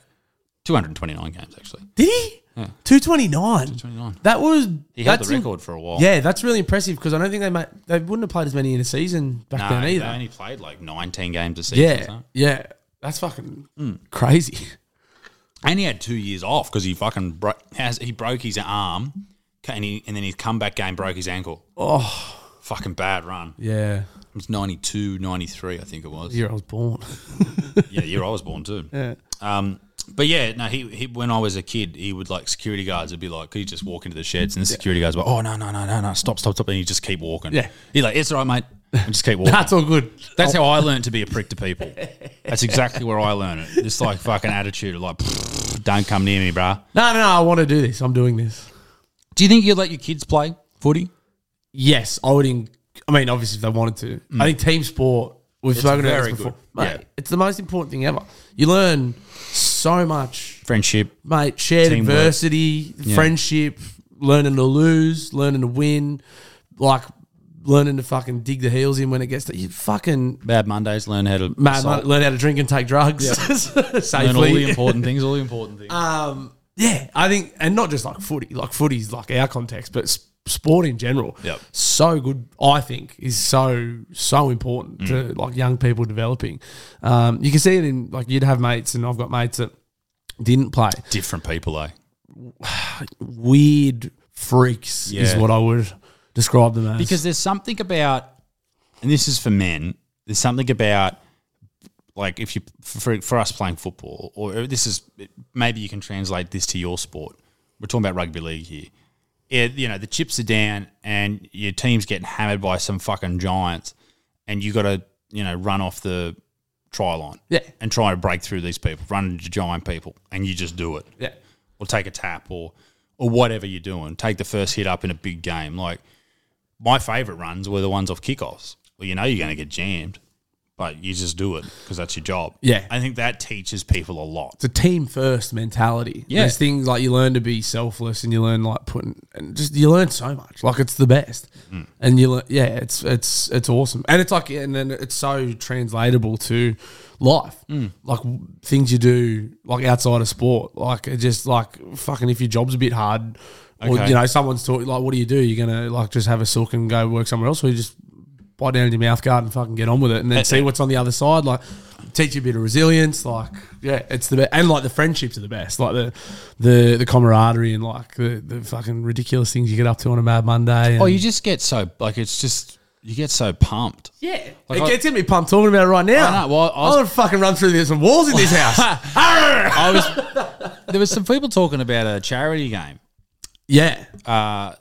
Two hundred twenty nine games actually. Did he? Two twenty nine. That was He held that's the in- record for a while. yeah, that's really impressive because I don't think they might, they wouldn't have played as many in a season back No, then he either. only played like nineteen games a season. or yeah, something. yeah, that's fucking crazy. and he had two years off because he fucking bro- has he broke his arm, and he and then his comeback game broke his ankle. Oh, fucking bad run. Yeah, It was 92, 93, I think it was. year I was born. Yeah, the year I was born too. Yeah. Um, but yeah, no, he, he when I was a kid, he would like security guards would be like, could you just walk into the sheds? And the security guards were, oh no no no no no, stop stop stop, and you just keep walking. Yeah. he's like, it's all right, mate, and just keep walking. That's all good. That's how I learned to be a prick to people. That's exactly where I learned it. This like fucking attitude of like, don't come near me, bruh. No, no, no. I want to do this. I'm doing this. Do you think you'd let your kids play footy? Yes, I would. en- I mean, obviously, if they wanted to. I think team sport. We've spoken about very this before. good. Mate, Yeah. It's the most important thing ever. You learn so much, Friendship. mate. Shared Teamwork. adversity, friendship, learning to lose, learning to win, like learning to fucking dig the heels in when it gets to you. Fucking Bad Mondays. Learn how to mad, assault. mate, learn how to drink and take drugs learn all the safely. important things. All the important things. Yeah, I think, and not just like footy, like footy's like our context, but s- sport in general. Yep. So good, I think, is so, so important to Mm. like young people developing. Um, you can see it in like you'd have mates, and I've got mates that didn't play. Different people, eh? Weird freaks is Yeah. what I would describe them as. Because there's something about, and this is for men. There's something about, like if you for, for us playing football, or this is maybe you can translate this to your sport. We're talking about rugby league here. It, you know the chips are down, and your team's getting hammered by some fucking giants, and you got to you know run off the try line, Yeah. and try to break through these people, run into giant people, and you just do it yeah, or take a tap or or whatever you're doing. Take the first hit up in a big game. Like my favourite runs were the ones off kickoffs. Well, you know you're going to get jammed, but you just do it because that's your job. Yeah. I think that teaches people a lot. it's a team first mentality. Yeah. There's things like you learn to be selfless, and you learn like putting, and just you learn so much. Like it's the best, Mm. and you learn, yeah, it's it's it's awesome, and it's like, and then it's so translatable to life, Mm. like w- things you do like outside of sport, like it just like fucking if your job's a bit hard, or Okay. you know someone's talking like, what do you do? You're gonna like just have a sook and go work somewhere else, or you just bite down in your mouth guard and fucking get on with it, and then see what's on the other side. Like, teach you a bit of resilience. Like, yeah, it's the best, and like the friendships are the best. Like the the the camaraderie and like the, the fucking ridiculous things you get up to on a Mad Monday. And, Oh, you just get so like it's just you get so pumped. yeah, Like, it I- gets me pumped talking about it right now. I know, well, I was- am gonna fucking run through there's some walls in this house. I was there was some people talking about a charity game. yeah, Uh,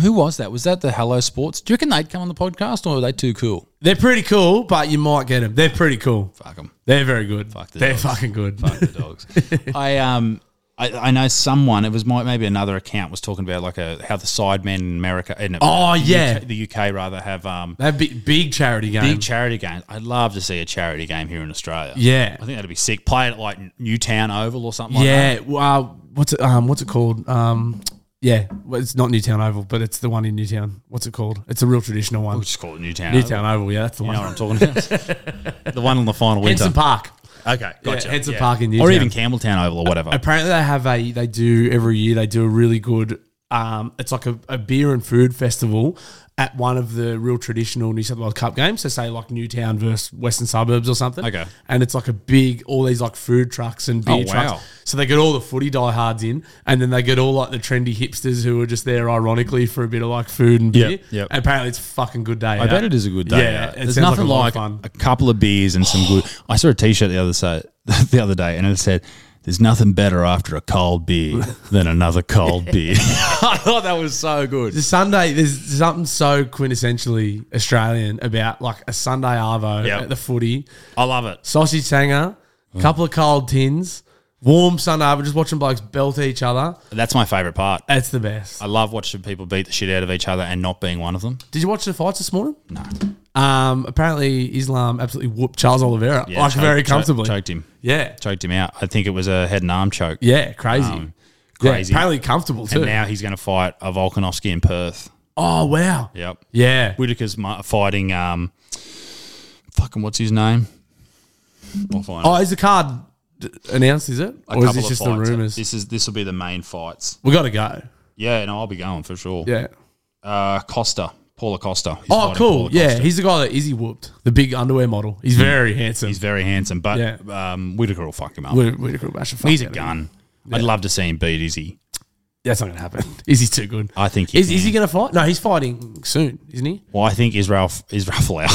who was that? Was that the Hello Sports? Do you reckon they'd come on the podcast, or are they too cool? they're pretty cool, but you might get them. They're pretty cool. Fuck 'em. They're very good. Fuck the they're dogs. fucking good. Fuck the dogs. I um I, I know someone. It was my, maybe another account was talking about like a how the sidemen in America. In Oh, yeah. UK, the UK rather have um That big, big charity game. big charity games. I'd love to see a charity game here in Australia. Yeah. I think that'd be sick. Play it at like Newtown Oval or something. like yeah. Well, uh, what's it? Um, what's it called? Um, yeah, well, it's not Newtown Oval, but it's the one in Newtown. What's it called? It's a real traditional one. that. We'll just call it Newtown. Newtown Oval. Yeah, that's the Oval. You one. know what I'm talking about? the one on the final winter. Henson Park. Okay, gotcha. Henson Park in or Newtown. even Campbelltown Oval or whatever. Apparently, they have a they do every year. They do a really good. Um, it's like a, a beer and food festival at one of the real traditional New South Wales Cup games. So say like Newtown versus Western Suburbs or something. Okay. and it's like a big all these like food trucks and beer Oh, wow. trucks. So they get all the footy diehards in, and then they get all like the trendy hipsters who are just there ironically for a bit of like food and Yep, beer. yep. And apparently, it's a fucking good day. I bet it is a good day. Yeah, out. it there's sounds like nothing a lot like, of fun. a couple of beers and some good. I saw a T-shirt the other so, the other day, and it said, "There's nothing better after a cold beer than another cold beer." I thought Oh, that was so good. The Sunday, there's something so quintessentially Australian about like a Sunday arvo Yep. at the footy, I love it. sausage hanger, couple of cold tins, warm Sunday arvo, just watching blokes belt each other. That's my favorite part. That's the best. I love watching people beat the shit out of each other and not being one of them. Did you watch the fights this morning? No, Um, apparently Islam absolutely whooped Charles Oliveira Yeah, like choked- very cho- comfortably. choked him, Yeah, choked him out. I think it was a head and arm choke. yeah, crazy, Yeah, Um, crazy. apparently comfortable too. and now he's going to fight a Volkanovski in Perth. oh wow, Yep. yeah, Whitaker's mi- fighting. Um, fucking what's his name? I'll find Oh, it. is the card d- announced? Is it, A or is couple this of just the fights. rumors? This is this will be the main fights. We got to go. Yeah, and no, I'll be going for sure. Yeah. Uh, Costa, Paula Costa. He's Oh, fighting cool. Paula Yeah, Costa. he's the guy that Izzy whooped, the big underwear model. He's very handsome. he's very handsome, but Yeah. um, Whitaker will fuck him up. Whit- Whitaker will bash the fuck he's a out of him. gun. I'd love to see him beat Izzy. That's not going to happen. Izzy's too good. I think he Is, is can. he going to fight? No, he's fighting soon, isn't he? Well, I think Israel Israel Folau.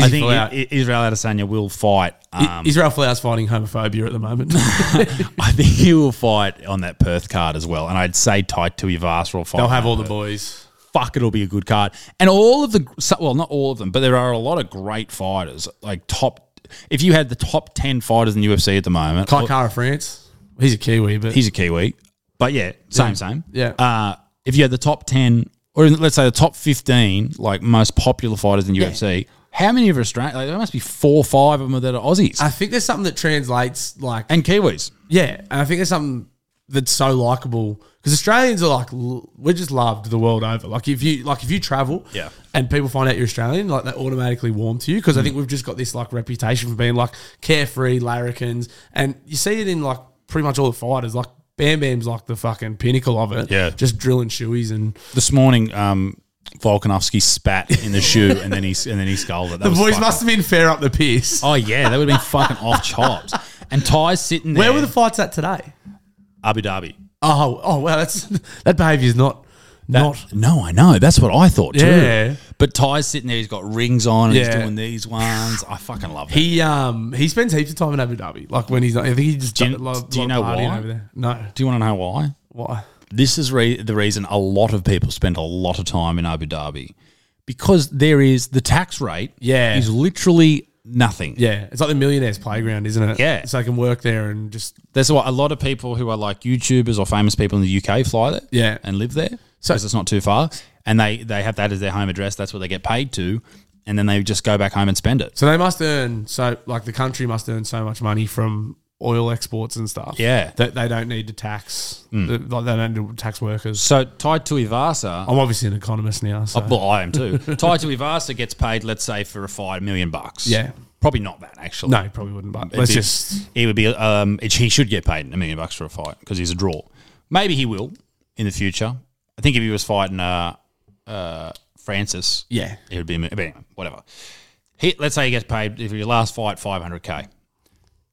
I think Folau. I- Israel Adesanya will fight. I- Um, Israel Flowers fighting homophobia at the moment. I think he will fight on that Perth card as well, and I'd say tight to Ivasa will fight. They'll have all the boys. fuck, it'll be a good card. And all of the, so- well, not all of them, but there are a lot of great fighters, like top. If you had the top ten fighters in the UFC at the moment, Kaikara France. He's a Kiwi, but he's a Kiwi, but yeah, same, same. Yeah. Uh, if you had the top ten, or let's say the top fifteen, like most popular fighters in UFC, how many of Australia? Like, there must be four, or five of them that are Aussies I think there's something that translates like and Kiwis. Yeah, and I think it's something that's so likable because Australians are like l- we're just loved the world over. Like if you like if you travel, Yeah. and people find out you're Australian, like they automatically warm to you because I think we've just got this like reputation for being like carefree larrikins, and you see it in like pretty much all the fighters. Like Bam Bam's like the fucking pinnacle of it. Yeah. just drilling shoeys and This morning, um, Volkanovski spat in the shoe, and then he and then he scolded. That the was boys fucking- must have been fair up the piece. Oh yeah, that would have been fucking off chops. And Ty's sitting there. Where were the fights at today? Abu Dhabi? Oh, oh wow, that's that behaviour's not not No, I know. That's what I thought too. Yeah. But Ty's sitting there. He's got rings on. and He's Yeah. doing these ones. I fucking love it. He um he spends heaps of time in Abu Dhabi. Like when he's not, I think he just Do you- does a lot- do you lot know of partying why? Over there. No, Do you want to know why? why? This is re- the reason a lot of people spend a lot of time in Abu Dhabi because there is the tax rate. Yeah. is literally nothing. Yeah, it's like the millionaires' playground, isn't it? Yeah. so I can work there and just That's why a lot of people who are like YouTubers or famous people in the UK fly there. Yeah. And live there. So it's not too far. And they, they have that as their home address. That's what they get paid to. And then they just go back home and spend it. so they must earn so like the country must earn so much money from oil exports and stuff. Yeah. Hmm. that they don't need to tax. that- like they don't need to tax workers. So Tai Tuivasa, I'm obviously an economist now. So. oh, well, I am too. tai Tuivasa gets paid, let's say, for a fight, a million bucks. Yeah. Probably not that, actually. no, you probably wouldn't. But It'd let's be- just It would be, um, it, he should get paid a million bucks for a fight because he's a draw. Maybe he will in the future. I think if he was fighting uh, uh, Francis, yeah. It would be, but anyway, whatever. He, let's say he gets paid if your last fight five hundred k.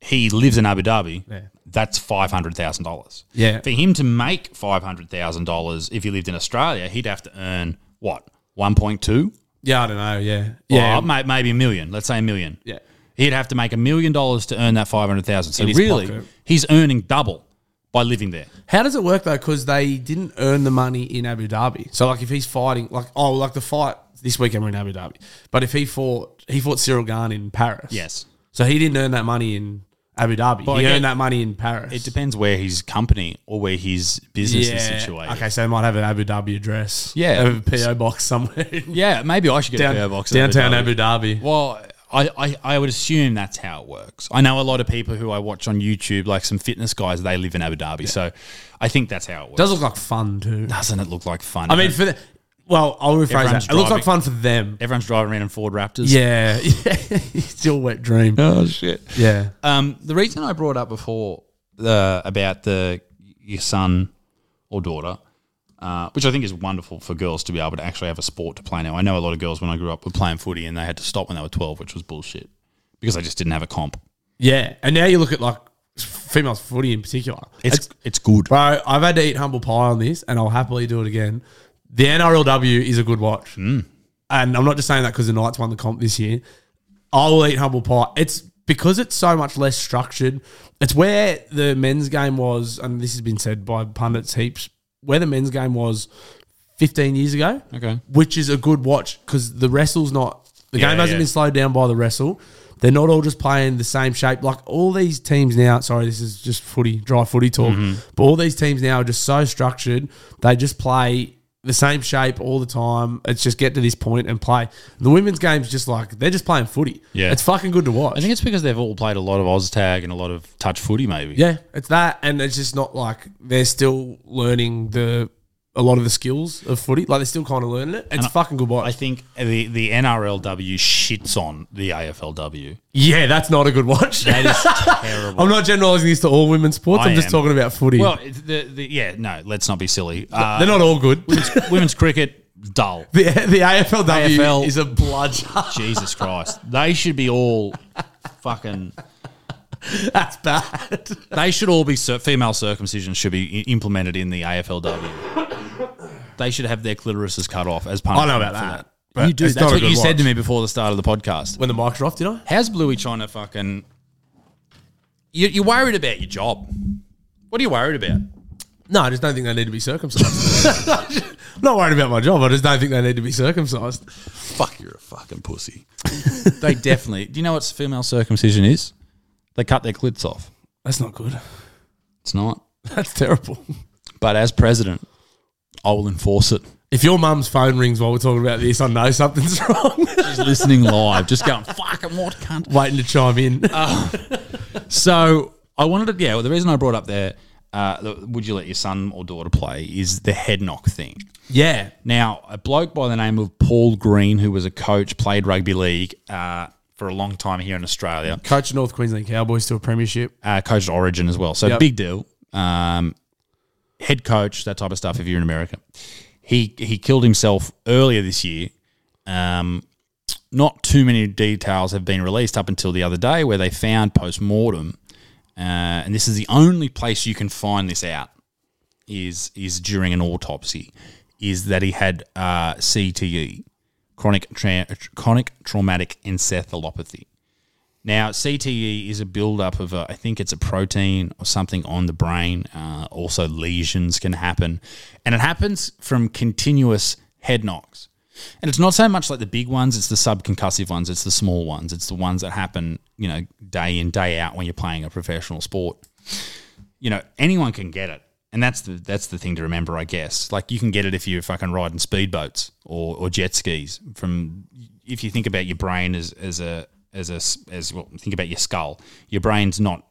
He lives in Abu Dhabi. Yeah. That's five hundred thousand dollars. Yeah. For him to make five hundred thousand dollars, if he lived in Australia, he'd have to earn what one point two. Yeah, I don't know. Yeah, yeah, maybe a million. Let's say a million. yeah. He'd have to make a million dollars to earn that five hundred thousand. So In his really, pocket. he's earning double by living there. How does it work though? Because they didn't earn the money in Abu Dhabi. So like, if he's fighting, like oh, like the fight this weekend we're in Abu Dhabi. But if he fought, he fought Cyril Garn in Paris. Yes. So he didn't earn that money in Abu Dhabi. Well, he again, earned that money in Paris. It depends where his company or where his business is situated. Okay, so they might have an Abu Dhabi address. Yeah. They have a PO box somewhere. Yeah, maybe I should get Down- a PO box. in downtown Abu Dhabi. Well, I, I, I would assume that's how it works. I know a lot of people who I watch on YouTube, like some fitness guys, they live in Abu Dhabi. So I think that's how it works. Does look like fun too. Doesn't it look like fun? I mean, for the, well, I'll rephrase Everyone's that. It looks like driving. fun for them. everyone's driving around in Ford Raptors. Yeah, it's your wet dream. Oh, shit. Yeah, Um, the reason I brought up before uh, about the your son or daughter, uh, which I think is wonderful for girls to be able to actually have a sport to play now. I know a lot of girls when I grew up were playing footy and they had to stop when they were twelve, which was bullshit because they just didn't have a comp. yeah. And now you look at like females footy in particular. It's it's, good. Bro, I've had to eat humble pie on this, and I'll happily do it again. The NRLW is a good watch, and I'm not just saying that because the Knights won the comp this year. I will eat humble pie. It's because it's so much less structured. It's where the men's game was, and this has been said by pundits heaps. Where the men's game was 15 years ago, Okay. which is a good watch because the wrestle's not the Yeah, game hasn't yeah. been slowed down by the wrestle. They're not all just playing the same shape. Like all these teams now, sorry, this is just footy, dry footy talk. Mm-hmm. But all these teams now are just so structured. They just play the same shape all the time. It's just get to this point and play. The women's game's just like they're just playing footy. Yeah. It's fucking good to watch. I think it's because they've all played a lot of OzTag and a lot of touch footy, maybe. yeah, it's that and it's just not like they're still learning the a lot of the skills of footy. Like they're still kind of learning it. It's fucking good watch. I think the, the NRLW shits on the AFLW. Yeah, that's not a good watch. That is terrible. I'm not generalizing this to all women's sports. I I'm just am. talking about footy. well, it's the, the, yeah, no, let's not be silly. Uh, They're not all good. the, women's, women's cricket, dull. the AFLW AFL. is a bludgeon. Jesus Christ. They should be all fucking. that's bad. They should all be. Cir- female circumcision should be i- implemented in the AFLW. They should have their clitorises cut off as punishment. know about for that, but You do. it's That's not a what you good said to watch. me before the start of the podcast. When the mics are off, did I? How's Bluey China fucking? You, you're worried about your job. What are you worried about? No, I just don't think they need to be circumcised. I'm not worried about my job. I just don't think they need to be circumcised. Fuck, you're a fucking pussy. they definitely. Do you know what female circumcision is? They cut their clits off. That's not good. It's not. That's terrible. But as president, I will enforce it. If your mum's phone rings while we're talking about this, I know something's wrong. listening live, just going fucking what cunt. Waiting to chime in. Uh, So I wanted to, yeah. Well, the reason I brought up there, uh, the, would you let your son or daughter play, is the head knock thing. yeah. Now, a bloke by the name of Paul Green, who was a coach, played rugby league uh, for a long time here in Australia, Coach of North Queensland Cowboys to a premiership. uh, coached Origin as well. So Yep. big deal. Um, head coach, that type of stuff. If you're in America, he he killed himself earlier this year. Um, not too many details have been released up until the other day, where they found post mortem, uh, and this is the only place you can find this out is is during an autopsy, is that he had uh, CTE, chronic tra- chronic traumatic encephalopathy. Now, CTE is a buildup of, a, I think it's a protein or something on the brain. Uh, also, lesions can happen. And it happens from continuous head knocks. And it's not so much like the big ones, it's the subconcussive ones, it's the small ones, it's the ones that happen, you know, day in, day out when you're playing a professional sport. You know, anyone can get it. And that's the that's the thing to remember, I guess. Like you can get it if you're fucking riding speedboats or, or jet skis. From if you think about your brain as as a as a s- as well, think about your skull. Your brain's not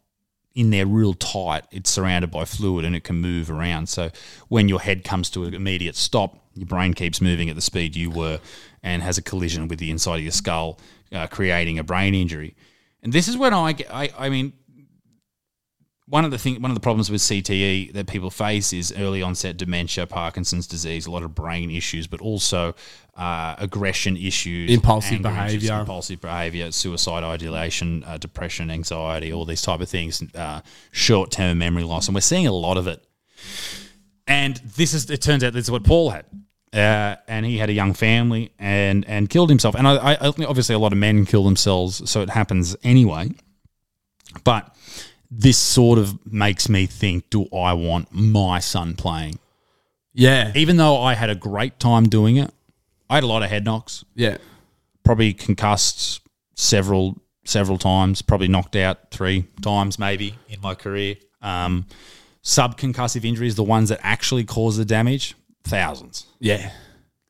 in there real tight. It's surrounded by fluid and it can move around. So when your head comes to an immediate stop, your brain keeps moving at the speed you were and has a collision with the inside of your skull, uh, creating a brain injury. And this is when I get. I, I mean, one of the thing, one of the problems with CTE that people face is early onset dementia, Parkinson's disease, a lot of brain issues, but also uh, aggression issues, Impulsive anger issues, behaviour. impulsive behavior, suicide, ideation, uh, depression, anxiety, all these type of things, uh, short term memory loss, and we're seeing a lot of it. And this is, it turns out, this is what Paul had. Uh, and he had a young family and, and killed himself. And I, I, I think obviously, a lot of men kill themselves, so it happens anyway. But this sort of makes me think do I want my son playing? Yeah. Even though I had a great time doing it, I had a lot of head knocks, Yeah. probably concussed several several times, probably knocked out three times maybe. in my career. Um, subconcussive injuries, the ones that actually cause the damage, thousands. Yeah.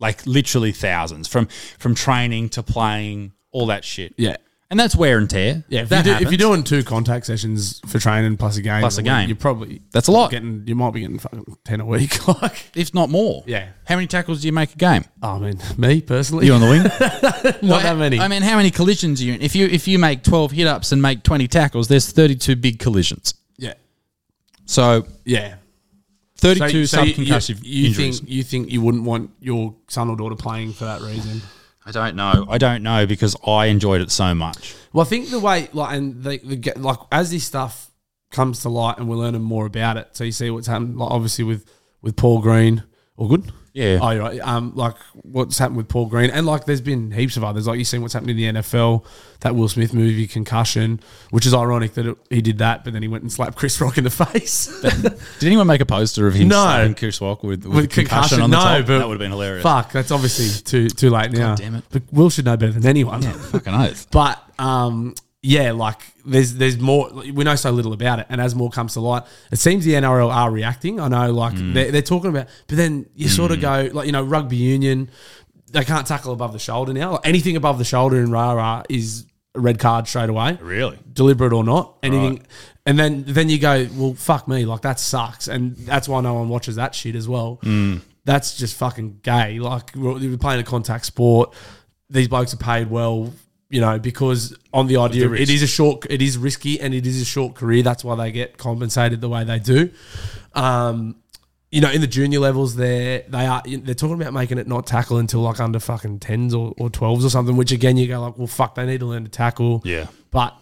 Like literally thousands from from training to playing, all that shit. Yeah. And that's wear and tear. Yeah, if, that you do, if you're happens. doing two contact sessions for training plus a game, Plus a week, game. you're probably That's a lot. Getting you might be getting fucking ten a week. Like, if not more. Yeah. How many tackles do you make a game? I mean, me personally, You on the wing? not Well, that many. I mean, how many collisions are you in? If you if you make twelve hit ups and make twenty tackles, there's thirty two big collisions. yeah, So yeah. thirty two So- so you- subconcussive you, you injuries. Think, you think you wouldn't want your son or daughter playing for that reason? I don't know. I don't know because I enjoyed it so much. Well, I think the way like and the, the get- like as this stuff comes to light and we're learning more about it. So you see what's happened, like obviously with with Paul Green. All good. Yeah. Oh, you're right. Um, like what's happened with Paul Green, and like there's been heaps of others. Like you've seen what's happened in the NFL, that Will Smith movie, Concussion, which is ironic that it, he did that, but then he went and slapped Chris Rock in the face. Did anyone make a poster of him? No. slapping Chris Rock with, with, concussion, on the no, top? but that would have been hilarious. Fuck, that's obviously too too late now. damn it. But Will should know better than anyone. Fucking oath. But um, yeah, like there's there's more. We know so little about it, and as more comes to light, it seems the NRL are reacting. I know, like they're, they're talking about, but then you sort of go like you know rugby union, they can't tackle above the shoulder now. Like, anything above the shoulder in rara is a red card straight away Really? deliberate or not, anything. And then then you go, well, fuck me, like that sucks, and that's why no one watches that shit as well. That's just fucking gay. Like we're, we're playing a contact sport. These blokes are paid well, you know, because on the idea it is a short, it is risky, and it is a short career. That's why they get compensated the way they do. Um, you know, in the junior levels, they're they are they're talking about making it not tackle until like under fucking tens or, or twelves or something. Which again, you go like, well, fuck, they need to learn to tackle. Yeah. but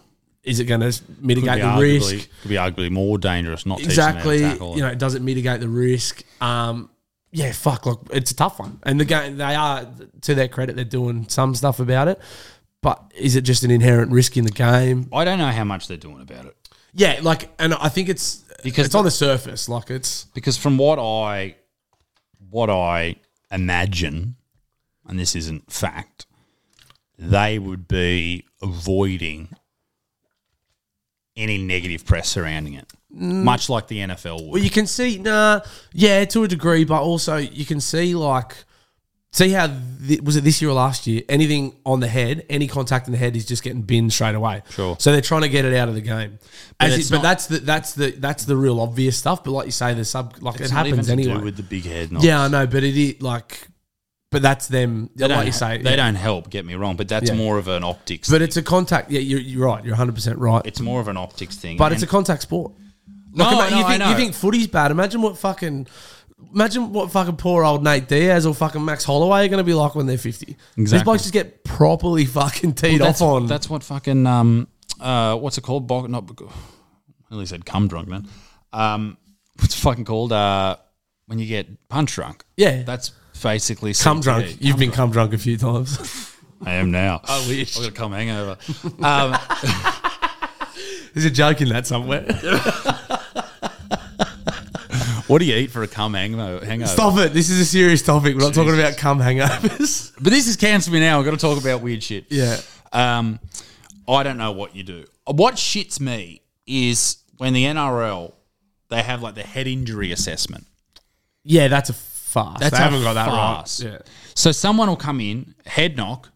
is it going to mitigate the arguably, risk? Could be arguably more dangerous not Exactly. teaching them how to tackle. You know, does it mitigate the risk? Um, yeah, fuck. Look, it's a tough one, and the game they are to their credit, they're doing some stuff about it. But is it just an inherent risk in the game? I don't know how much they're doing about it. Yeah, like, and I think it's Because because it's on the surface, like it's because from what I what I imagine, and this isn't fact, they would be avoiding any negative press surrounding it, much like the NFL would. Mm. Well, you can see, nah, yeah, to a degree, but also you can see like, see how th- was it this year or last year? Anything on the head, any contact in the head is just getting binned straight away. Sure. So they're trying to get it out of the game. But As it's it- but not- that's the that's the that's the real obvious stuff. But like you say, the sub like It's it not even to happens do anyway. with the big head. knocks. yeah, I know, but it is like, but that's them. They don't, like you say, they yeah. don't help. Get me wrong, but that's Yeah. more of an optics. But it's a contact. Yeah, you're, you're right. You're 100 percent right. it's more of an optics thing. But it's a and- contact sport. No, Like, ima- no, you, I think, know. you think footy's bad? Imagine what fucking, imagine what fucking poor old Nate Diaz or fucking Max Holloway are going to be like when they're fifty. These Exactly. blokes just get properly fucking teed Well, off that's, on. That's what fucking um uh what's it called? Bog not bog- I nearly said cum drunk, man. Um what's it fucking called? Uh when you get punch drunk. Yeah. That's basically come CTE. drunk. You've been come drunk a few times. I am now. I wish. I've got a cum hangover. um There's a joke in that somewhere. what do you eat for a cum hango- hangover? Stop it. This is a serious topic. We're not talking about cum hangovers. But this is cancel me now. I've got to talk about weird shit. Yeah. Um, I don't know what you do. What shits me is when the NRL they have like the head injury assessment. Yeah, that's a farce. That's they a haven't got that farce. right. Yeah. So someone will come in, head knock,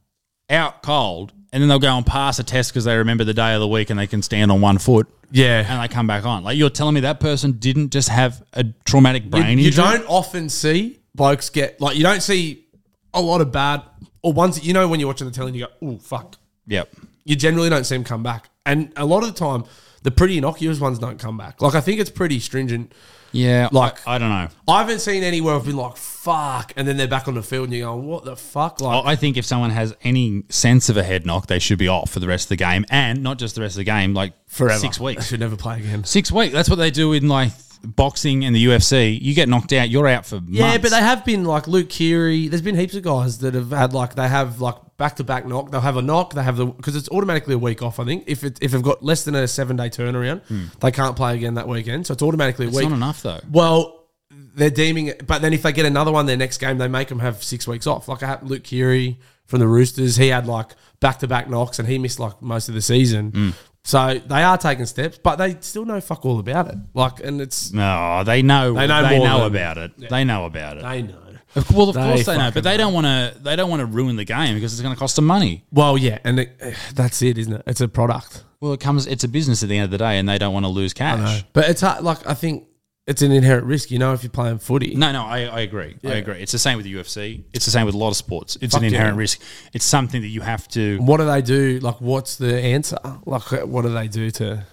out cold, and then they'll go and pass a test because they remember the day of the week and they can stand on one foot Yeah. and they come back on. Like you're telling me that person didn't just have a traumatic brain you, you injury? don't often see blokes get like you don't see a lot of bad or ones that you know when you're watching the telly and you go, oh fuck. Yep. you generally don't see them come back. And a lot of the time, the pretty innocuous ones don't come back. Like I think it's pretty stringent. Yeah. Like- I, I don't know. I haven't seen anywhere I've been like fuck, and then they're back on the field and you're going, what the fuck? Like I I think if someone has any sense of a head knock, they should be off for the rest of the game, and not just the rest of the game, like forever. six I weeks. should never play again. Six weeks. That's what they do in like boxing and the UFC. You get knocked out, you're out for months. Yeah, but they have been like Luke Keary. There's been heaps of guys that have had like they have like back to back knock. They'll have a knock. They have the because it's automatically a week off. I think if it, if they've got less than a seven day turnaround, they can't play again that weekend. So it's automatically a Hmm. it's week. not enough though. Well, they're deeming it, but then if they get another one, their next game, they make them have six weeks off. Like I happened Luke Keary, from the Roosters. He had like back to back knocks and he missed like most of the season. Hmm. So they are taking steps, but they still know fuck all about it. Like, and it's No, they know. They They know, know more than- about it. They know about it. they know. Of- well, of They course they know, but fucking they don't want to. They don't want to ruin the game because it's going to cost them money. Well, yeah, and it, eh, that's it, isn't it? It's a product. Well, it comes. It's a business at the end of the day, and they don't want to lose cash. But it's hard, like I think it's an inherent risk, you know, if you're playing footy. No, no, I, I agree. I agree. It's the same with the UFC. It's the same with a lot of sports. It's an Fuck yeah. inherent risk. It's something that you have to. What do they do? Like, what's the answer? Like, eh, what do they do to?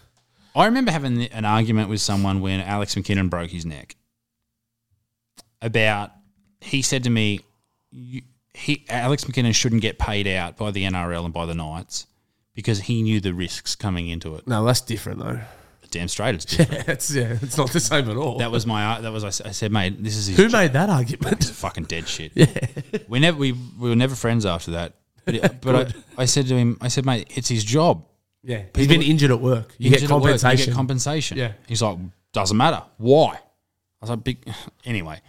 I remember having an argument with someone when Alex McKinnon broke his neck. About he said to me, you, he Alex McKinnon shouldn't get paid out by the NRL and by the Knights because he knew the risks coming into it. No, that's different though. Damn straight, it's different. it's yeah, it's not the same at all. That was my. That was I s- I said, mate. This is his Who jo- made that argument? fucking dead shit. we never we, we were never friends after that. But, it- but I, I said to him, I said, mate, it's his job. Yeah, he's People- been injured at work. You Injured get at work, compensation. you get compensation. Yeah. He's like, doesn't matter. Why? I was like, big. Anyway,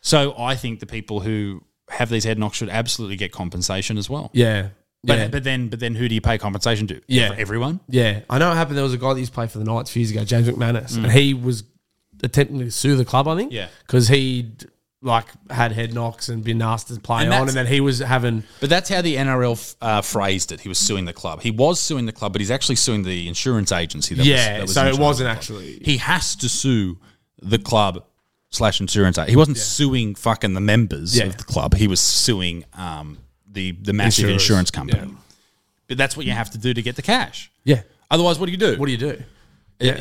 so I think the people who have these head knocks should absolutely get compensation as well. yeah, But, yeah. but then but then who do you pay compensation to? Yeah. Ev- everyone. Yeah, I know it happened. There was a guy that used to play for the Knights a few years ago, James McManus, and he was attempting to sue the club. I think, Mm. Yeah. because he like had head knocks and been asked to play And on, that's- and then he was having But that's how the NRL f- uh, phrased it. He was suing the club. He was suing the club, but he's actually suing the insurance agency. That was- yeah. that was so it insuring wasn't the club. actually. he has to sue the club slash insurance. He wasn't suing fucking the members Yeah. of the club. He was suing um, the the massive Insurers. insurance company. Yeah. But that's what you have to do to get the cash. Yeah. Otherwise, what do you do? What do you do? yeah.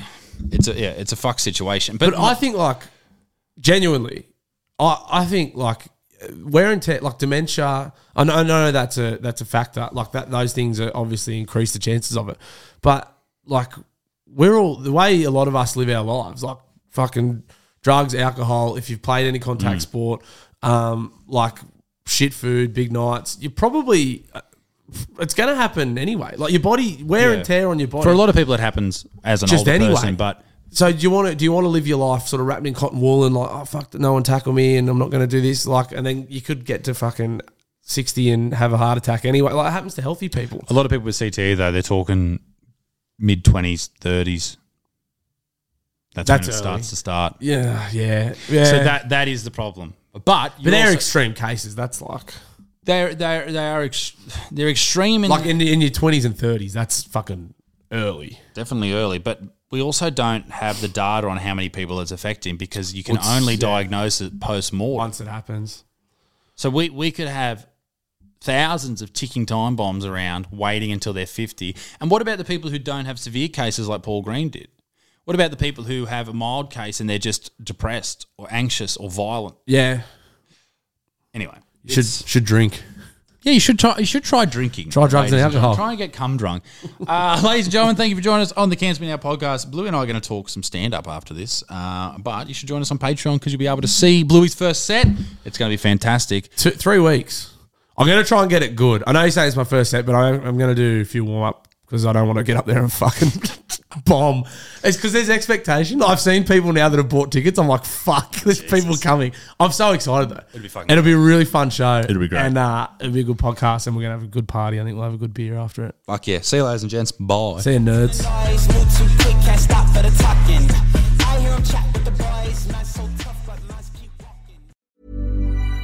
It's a yeah, it's a fuck situation. But, But I think like genuinely, I I think like wear and tear, like dementia. I know, I know that's a that's a factor. Like that, those things are obviously increase the chances of it. But like we're all the way a lot of us live our lives, like fucking drugs, alcohol. If you've played any Mm. contact sport, um, like shit food, big nights, you probably. uh, It's going to happen anyway. Like your body, wear Yeah. and tear on your body. for a lot of people, it happens as an Just older anyway. person. But So do you want to do you want to live your life sort of wrapped in cotton wool and like oh fuck no one tackle me and I'm not going to do this like and then you could get to fucking sixty and have a heart attack anyway like it happens to healthy people a lot of people with CTE though, they're talking mid twenties, thirties. That's, That's when it early. starts to start. yeah yeah yeah So that that is the problem. But but you're they're also- extreme cases that's like they're they're they are ex- they're extreme and like in, in your twenties and thirties that's fucking early definitely early, but we also don't have the data on how many people it's affecting because you can It's- only yeah. diagnose it post mortem. once it happens So we we could have thousands of ticking time bombs around waiting until they're 50. And what about the people who don't have severe cases like Paul Green did? What about the people who have a mild case and they're just depressed or anxious or violent? yeah Anyway, should it's- should drink Yeah, you should try. You should try drinking. Try drugs ladies and gentlemen. alcohol. Try and get cum drunk. Uh, ladies and gentlemen, thank you for joining us on the Cans Me Now podcast. Bluey and I are going to talk some stand up after this, uh, but you should join us on Patreon because you'll be able to see Bluey's first set. It's going to be fantastic. two, three weeks I'm gonna try and get it good I know you say it's my first set but I, I'm gonna do a few warm up. Because I don't want to get up there and fucking bomb. It's because there's expectation. I've seen people now that have bought tickets. I'm like, fuck, there's people coming. I'm so excited though. It'll be fucking It'll be a really fun show. It'll be great. And uh, it'll be a good podcast. And we're gonna have a good party. I think we'll have a good beer after it. Fuck yeah! See you, ladies and gents. Bye. See you, nerds. Noise, move too quick, can't stop for the talking. I hear 'em chat with the boys, man so tough, but must keep walking.